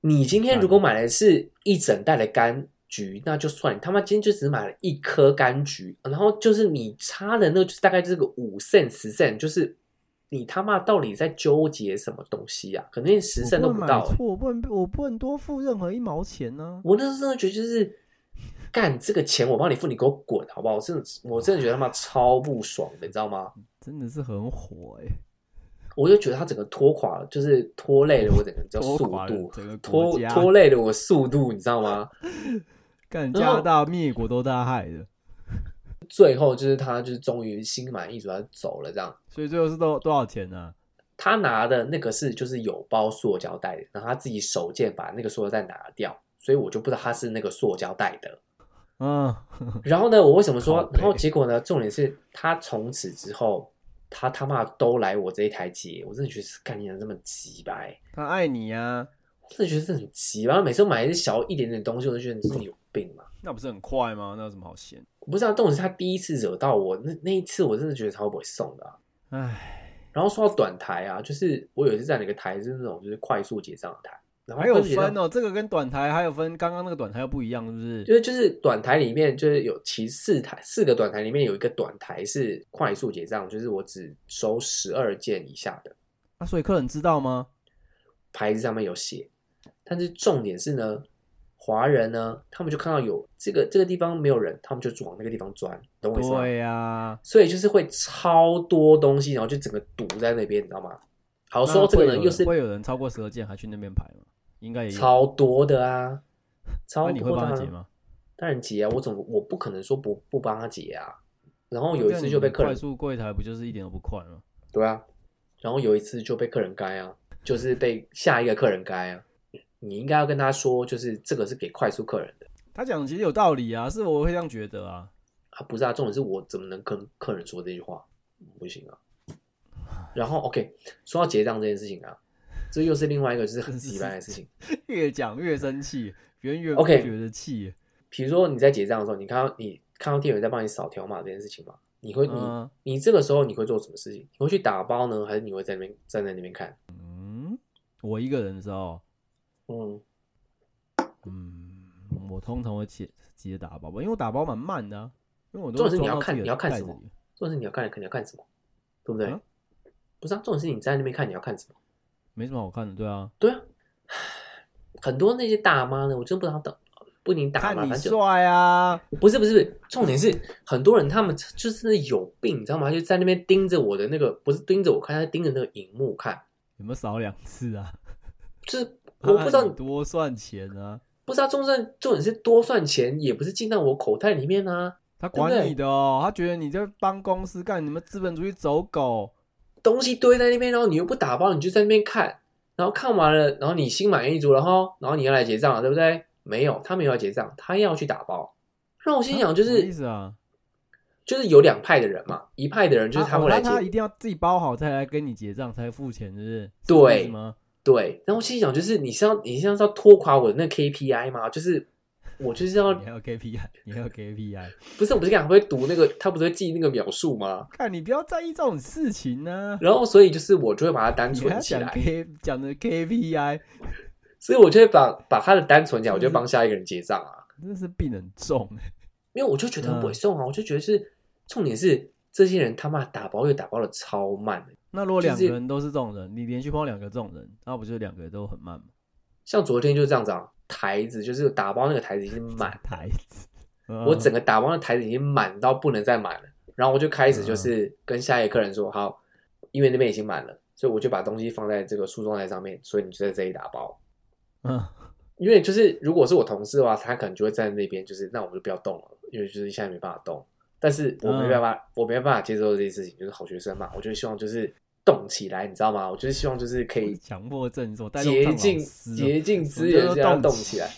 你今天如果买的是一整袋的柑橘，那就算你他妈今天就只买了一颗柑橘，然后就是你差的那个就是大概就是个五 cent 十 cent，就是你他妈到底在纠结什么东西啊？可能连十 cent 我都不能到、欸买错，我不能我不能多付任何一毛钱呢、我那时候真的觉得就是，干这个钱我帮你付，你给我滚好不好？我真的我真的觉得他妈超不爽的，你知道吗？真的是很火哎、我就觉得他整个拖垮了，就是拖累了我整个叫拖速垮了度，整个拖国家，拖累了我速度，你知道吗？干然加后拿大灭国都大害的，最后就是他就是终于心满意足，他走了这样。所以最后是多多少钱啊呢、他拿的那个是就是有包塑胶袋的，然后他自己手贱把那个塑胶袋拿掉，所以我就不知道他是那个塑胶袋的。嗯，然后呢，我为什么说靠？北然后结果呢？重点是他从此之后，他他妈都来我这一台接，我真的觉得是干你娘这么鸡掰、他爱你啊呀、我真的觉得这很鸡巴。每次买一些小一点点的东西，我就觉得你是有病嘛。那不是很快吗？那有什么好嫌？我不知道，重点是他第一次惹到我，那那一次我真的觉得超不会送的啊、唉，然后说到短台啊，就是我有一次在哪个台是那种就是快速结账的台，然后还有分别到分哦，这个跟短台还有分，刚刚那个短台又不一样，是不？就是是就是短台里面就是有其四台四个短台里面有一个短台是快速结账，就是我只收十二件以下的啊，所以客人知道吗？牌子上面有写，但是重点是呢，华人呢他们就看到有这个这个地方没有人，他们就往那个地方钻，懂我意思吗？对啊呀、所以就是会超多东西，然后就整个堵在那边，你知道吗？好，我说到这个呢，又是会有人超过十二件还去那边排吗？应该也有。超多的啊，超多那你会的、帮他啊结。吗？当然结啊，我总我不可能说不不帮他结啊。然后那有一这样次你就被们客快人速柜台不就是一点都不快吗？对啊，然后有一次就被客人该啊，就是被下一个客人该啊。你应该要跟他说，就是这个是给快速客人的他讲的其实有道理啊，是我会这样觉得啊。 啊，不是啊。重点是我怎么能跟客人说这句话？不行啊。然后 OK，说到结账这件事情啊，这又是另外一个就是很奇葩的事情。越讲越生气，源源不 OK 绝的气。比如说你在结账的时候，你看到你看到店员在帮你扫条码这件事情嘛，你会你、嗯你这个时候你会做什么事情？你会去打包呢，还是你会在那边站在那边看？嗯，我一个人的时候，嗯，嗯，我通常会接直接打包吧，因为我打包蛮慢的、啊，因为我都重点会是你装要到自看己的你要看袋什子么里重点是你要看看你要看什么，对不对？啊不是啊，重点是你站在那边看你要看什么？没什么好看的，对啊。对啊， 很多那些大妈呢，我真不知道等不仅打嘛，看反你正就帅啊，不是不是不是，重点是很多人他们就是有病，你知道吗？他就在那边盯着我的那个，不是盯着我看，他盯着那个荧幕看，有没有少两次啊？就是我不知道怕你多算钱啊，不知道重点重点是多算钱也不是进到我口袋里面啊，他对不管对你的哦，他觉得你在帮公司干，你们资本主义走狗。东西堆在那边，然后你又不打包，你就在那边看，然后看完了，然后你心满意足了哈，然后你要来结账了，对不对？没有，他没有要结账，他要去打包。让我心想，就什么意是思啊？就是有两派的人嘛，一派的人就是他哦会来那他一结，定要自己包好再来跟你结账，才付钱，是不是？是这对意思吗？对。然后我心想，就是你是要你现在是要拖垮我的那个 KPI 吗？就是我就是 要你还有 KPI，你还有 KPI，不是我不是讲会读那个，他不是会记那个秒数吗？看你不要在意这种事情啊呢、然后所以就是我就会把它单你还存要起讲来， K 讲的 KPI，所以我就会把把他的单存起来，我就嗯帮下一个人结账啊。真是病很重哎、因为我就觉得很嗯猥琐啊，我就觉得是重点是这些人他妈打包又打包的超慢的。那如果两就个是人都是这种人，你连续碰到两个这种人，那不就两个都很慢吗？像昨天就这样子啊，台子就是打包那个台子已经满，台嗯子，我整个个打包的台子已经满到不能再满了。然后我就开始嗯就是跟下一个客人说，好，因为那边已经满了，所以我就把东西放在这个梳妆台上面，所以你就在这里打包。嗯，因为就是如果是我同事的话，他可能就会站在那边，就是那我们就不要动了，因为就是现在没办法动。但是我没办嗯法，我没办法接受这件事情，就是好学生嘛，我就希望就是动起来，你知道吗？我就是希望就是可以强迫症说竭尽啊竭尽资源让它动起来。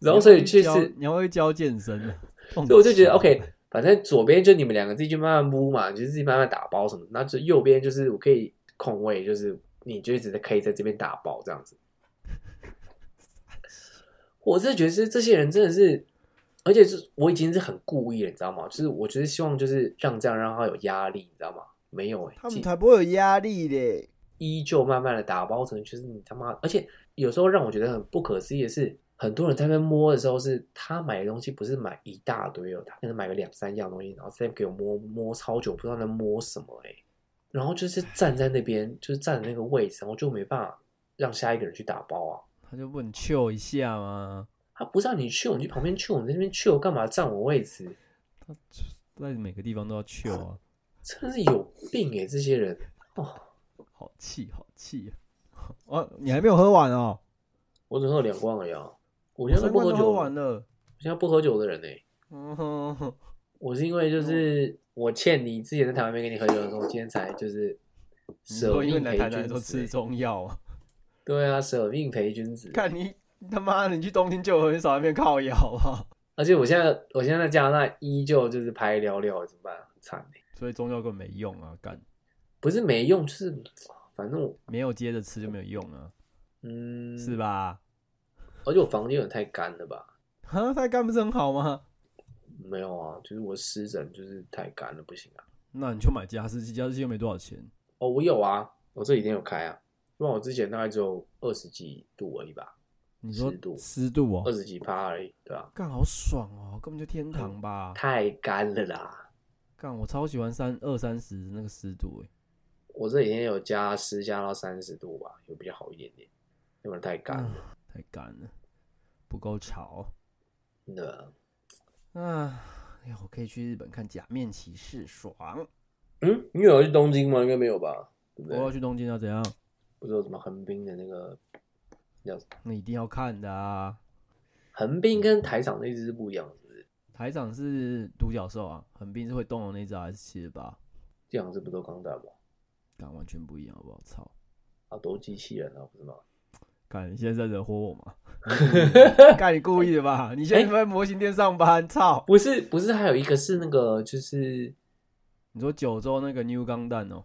然后所以去去教是，你要会教健身的，所所以我就觉得 OK，反正左边就你们两个自己去慢慢摸嘛，你就自己慢慢打包什么，那就右边就是我可以空位，就是你就一直在可以在这边打包这样 子。我真的觉得是这些人真的是，而且是我已经是很故意了，你知道吗？就是我就是希望就是让这样让他有压力，你知道吗？没有哎、他其们才不会有压力嘞。依旧慢慢的打包成，就是你他妈，而且有时候让我觉得很不可思议的是，很多人在那边摸的时候是，他买的东西不是买一大堆哦，他可能买个两三样东西，然后在那边给我摸摸超久，不知道在摸什么哎、然后就是站在那边，就是站在那个位置，然后就没办法让下一个人去打包啊。他就不能 chill 一下吗？他不让你去，你去旁边去，你在那边去，哦我干嘛占我位置？在每个地方都要 chill 啊，真是有病哎、这些人哦！好气好气啊！ 哦，你还没有喝完哦，我只喝了两罐而已啊，我我现在三都不罐喝都喝酒，完我了。现在不喝酒的人哎、 哦，我是因为就是我欠你之前在台湾没给你喝酒的时候，我今天才就是你舍说嗯因为命来陪台南君都吃子。欸中药 啊？对啊，舍命陪君子。看你他妈的，你去东京就很少那边靠腰啊， 而且我现在我现在在加拿大依旧就是拍寥寥，怎么办？很惨欸所以中药根本没用啊，干不是没用，就是反正我没有接着吃就没有用啊，嗯，是？吧？而且我房间有点太干了吧？啊，他干不是很好吗？没有啊，就是我湿疹就是太干了，不行啊。那你就买加湿器，加湿器又没多少钱。哦，我有啊，我这几天有开啊。因为我之前大概只有二十几度而已吧，你说湿度湿度二哦，十几趴而已，对吧、干好爽哦，根本就天堂吧！太干了啦！干我超喜欢三二三十那个湿度哎，我这几天有加湿加到三十度吧，有比较好一点点，要不然太干了。啊太干了，不够潮真的，啊！哎呀，我可以去日本看《假面骑士》，爽！嗯，你有去东京吗？应该没有吧？对不我要对？去东京要怎样？不是有什么横滨的那个叫什么那一定要看的啊！横滨跟台场那只是不一样，是不是？台长是独角兽啊，横滨是会动的那只 S 七十八，这两只不都钢弹吗？干完全不一样，好不好？操！啊，都机器人啊，不是吗？干，你现在在惹火我 吗？干，你故意的吧？你现在在模型店上班，操！不是，不是，还有一个是那个，就是你说九州那个 New 钢弹哦，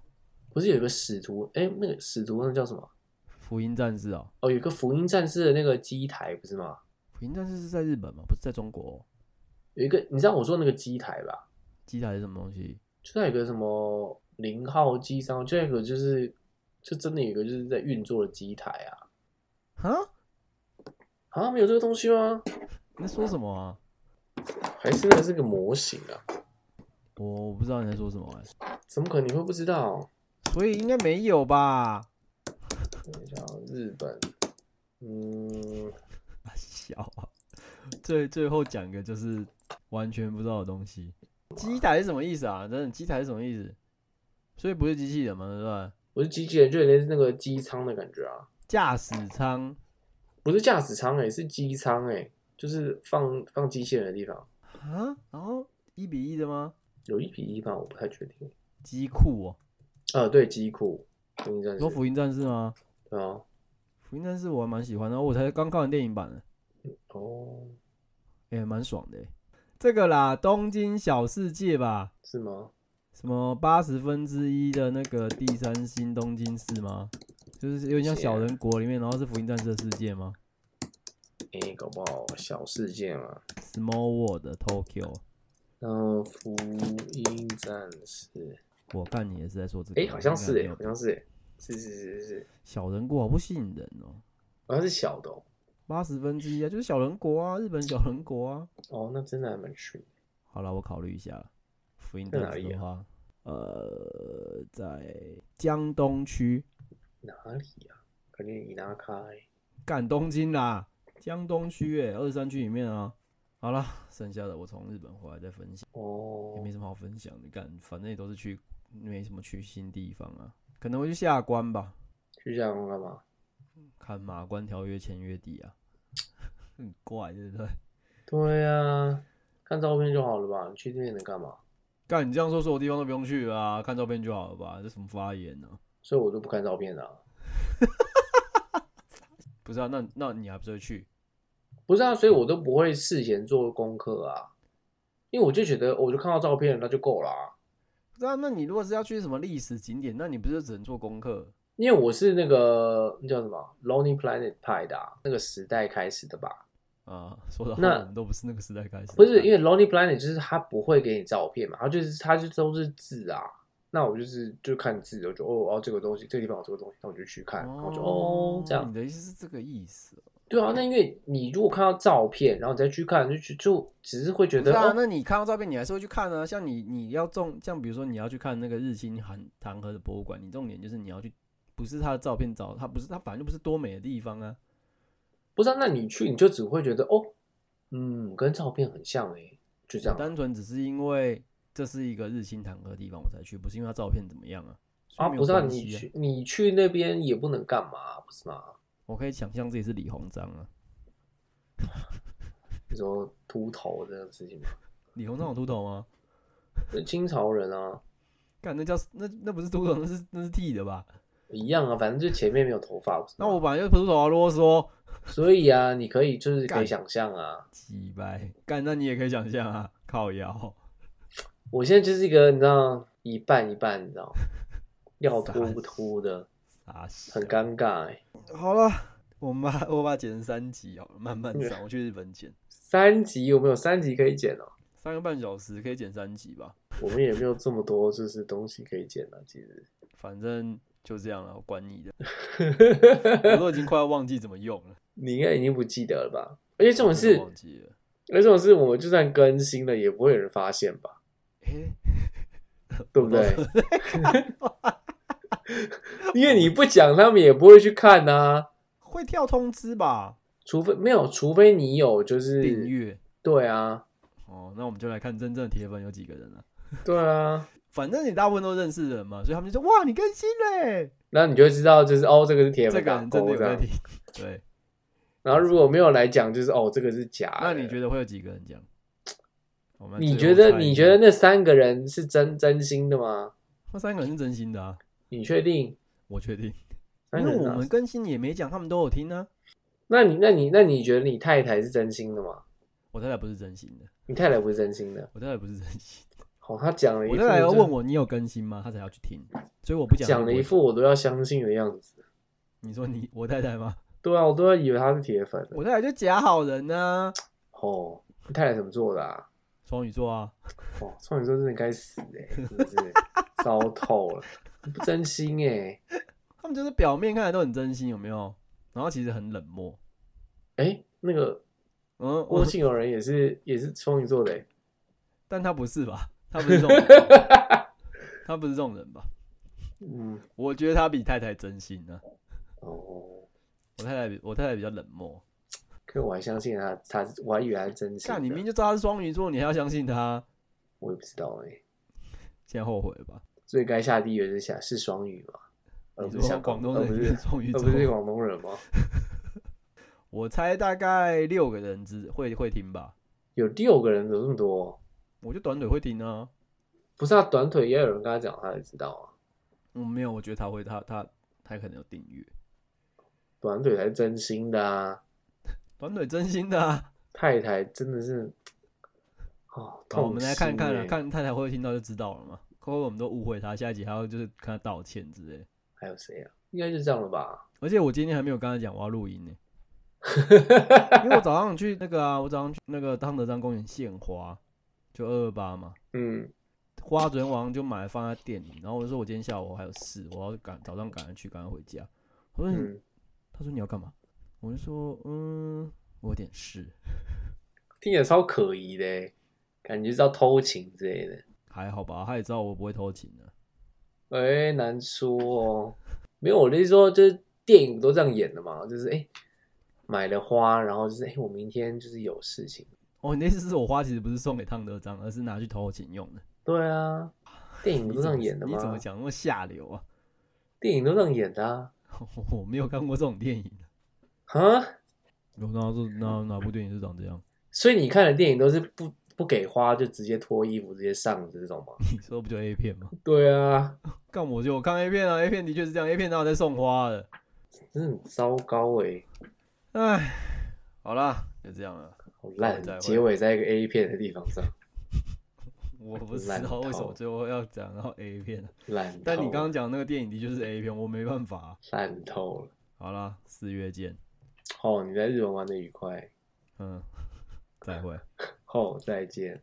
不是有一个使徒？哎，那个使徒那叫什么？福音战士哦，哦，有一个福音战士的那个机台，不是吗？福音战士是在日本吗？不是在中国、哦。有一个，你知道我说那个机台吧？机台是什么东西？就它有个什么零号机上，就那个就是，就真的有一个就是在运作的机台啊，哈？啊，没有这个东西吗？你在说什么啊？还是那是个模型啊？我我不知道你在说什么、欸，怎么可能你会不知道？所以应该没有吧？等一下哦，日本，嗯，啊小啊，最最后讲个就是完全不知道的东西。机台是什么意思啊？真的，机台是什么意思？所以不是机器人嘛，对不对？我是机器人，就有点那个机舱的感觉啊。驾驶舱不是驾驶舱哎，是机舱哎，就是放放机器人的地方，啊，然后一比一的吗？有一比一吧，我不太确定。机库哦，呃，对，机库福音战你士说，福音战士吗？对啊，福音战士我还蛮喜欢的，哦我才刚看完电影版呢，哦，也、蛮爽的欸。这个啦，东京小世界吧，是吗？什么八十分之一的那个第三星东京市吗？就是有点像小人国里面，然后是福音战士的世界吗哎、搞不好小事件啊嘛。 ？Small World Tokyo，然后福音战士，我看你也是在说这个，哎、好像是哎、应该好没有像是哎、是是是是是，小人国好不吸引人哦，好像是小的哦。八十分之一啊，就是小人国啊，日本小人国啊。哦，那真的还蛮顺。好了，我考虑一下了。福音在战哪士里的啊话，呃，在江东区，哪里呀、啊？感觉伊拉卡欸赶东京啦，江东区诶，二三区里面啊。好了，剩下的我从日本回来再分享，哦也，没什么好分享的。干，反正也都是去，没什么去新地方啊，可能会去下关吧，去下宫干嘛？看马关条约签约地啊， 很怪，对不对？对呀、啊，看照片就好了吧？你去那边能干嘛？ 干，你这样说，所有地方都不用去了啊，看照片就好了吧？这什么发言呢、所以我都不看照片的啊、不是啊，那那你还不是会去？不是啊，所以我都不会事前做功课啊，因为我就觉得我就看到照片那就够了、啊，不是啊，那你如果是要去什么历史景点，那你不是只能做功课？因为我是那个那叫什么 Lonely Planet 派的、啊、那个时代开始的吧？啊，说的好，那我们都不是那个时代开始的。啊不是，因为 Lonely Planet 就是它不会给你照片嘛，它就是它就都是字啊。那我就是就看字，我就哦哦这个东西，这个地方有这个东西，那我就去看，然后我就哦这样你。的意思是这个意思哦？对啊，那因为你如果看到照片，然后你再去看，就就就只是会觉不是得、啊，哦，那你看到照片，你还是会去看啊。像你，你要重，像比如说你要去看那个日清韩唐河的博物馆，你重点就是你要去，不是他的照片找，他不是他反正就不是多美的地方啊。不是、啊，那你去你就只会觉得哦，嗯，跟照片很像诶、就这样啊。单纯只是因为这是一个日清唐河的地方我才去，不是因为他照片怎么样啊。所以啊，没有不是啊，关你系啊去你去那边也不能干嘛，不是吗？我可以想象自己是李鸿章 啊。你说秃头这种事情吗？李鸿章有秃头吗？那清朝人啊，干，那叫那那不 是秃头，那是那是剃的吧？一样啊，反正就前面没有头发，不是吗那我本来就秃头啊，啰嗦，所以啊，你可以就是干可以想象啊，鸡掰，干，那你也可以想象啊，靠腰，我现在就是一个你知道一半一半，你知道，要秃不秃的，傻笑很。尴尬哎、啊好了，我们把我把它剪三集好了，慢慢上，我去日本剪，三集有没有三集可以剪哦、三个半小时可以剪三集吧，啊我们也没有这么多就是东西可以剪了、其实反正就这样了，我管 你的，我都已经快要忘记怎么用了，你应该已经不记得了吧？而且这种真事的，忘记了。而且这种事我们就算更新了，也不会有人发现吧？诶对不对？ 因为你不讲，他们也不会去看呐、会跳通知吧？除非没有，除非你有就是订阅对啊，哦，那我们就来看真正的铁粉有几个人啊？对啊，反正你大部分都认识人嘛，所以他们就说哇，你更新嘞，那你就会知道就是哦，这个是铁这粉个打人真的勾有这在样。听。对，然后如果没有来讲，就是哦，这个是假的。那你觉得会有几个人讲？我们你最觉后得猜一你下觉得那三个人是真真心的吗？那三个人是真心的啊？你确定？我确定，那因你为我们更新也没讲，他们都有听啊。啊那你那你那你觉得你太太是真心的吗？我太太不是真心的，你太太不是真心的。我太太不是真心的，哦，她讲了一我副太太要就问我你有更新吗？她才要去听，所以我不讲。讲了一，副我都要相信的样子。你说你我太太吗？对啊，我都要以为她是铁粉。我太太就假好人呢、哦，你太太怎么做的啊？双鱼座啊，哦，双鱼座真的该死哎、欸，真的 是糟透了，不真心哎、欸。他们就是表面看起来都很真心，有没有？然后其实很冷漠。哎、那个嗯，郭我庆友人也是也是双鱼座的、欸，但他不 是吧？他不是这种人吧，他不是这种人吧？嗯，我觉得他比太太真心呢、哦，我太太比我太太比较冷漠。可我还相信他，他我还以为他是真心像的。你明明就知道他是双鱼座，你还要相信他？我也不知道哎、欸，现在后悔了吧？所以该下地狱的是下是双鱼嘛，而你呃不是说像广东而不人是是双鱼而座不，是广东人吗？我猜大概六个人之会会听吧。有六个人，有这么多？我就短腿会听啊。不是啊，短腿也有人跟他讲，他才知道啊。嗯，没有，我觉得他会，他他他可能有订阅。短腿才是真心的啊，短腿真心的啊。太太真的是，哦，痛、好，我们来看看啊，啊，看太太会不会听到就知道了嘛。会不会我们都误会他？下一集还要就是跟他道歉之类。还有谁啊？应该就这样了吧？而且我今天还没有跟他讲我要录音呢、因为我早上去那个啊，我早上去那个汤德章公园献花，就二二八嘛，嗯，花昨天晚上就买了放在店里，然后我就说我今天下午还有事，我要赶早上赶着去，赶快回家。我说你，嗯，他说你要干嘛？我就说嗯，我有点事，听起来超可疑的欸，感觉是要偷情之类的。还好吧？他也知道我不会偷情的、哎、难说哦。没有，我的意思说，就是电影不都这样演的嘛？就是哎、买了花，然后就是哎、我明天就是有事情。哦，你的意思是我花其实不是送给汤德章，而是拿去偷情用的？对啊，电影你都这怎样么演的你怎么吗？讲那么下流啊？ 电影都这样演的啊！我没有看过这种电影。啊，有那是那哪部电影是长这样？所以你看的电影都是不不给花就直接脱衣服直接上的这种吗？ 你说不就 A 片吗？对啊，干我就我看 A 片啊，A 片的确是这样，A 片哪有在送花的？真的很糟糕哎、唉，好啦，就这样了。好好再烂，会结尾在一个 A 片的地方上，我不知道为什么最后要讲到 A 片，啊烂透了。但你刚刚讲那个电影的确是 A 片，我没办法。啊烂透了。好啦，四月见，哦，你在日本玩的愉快。 嗯，再会。哦，再见。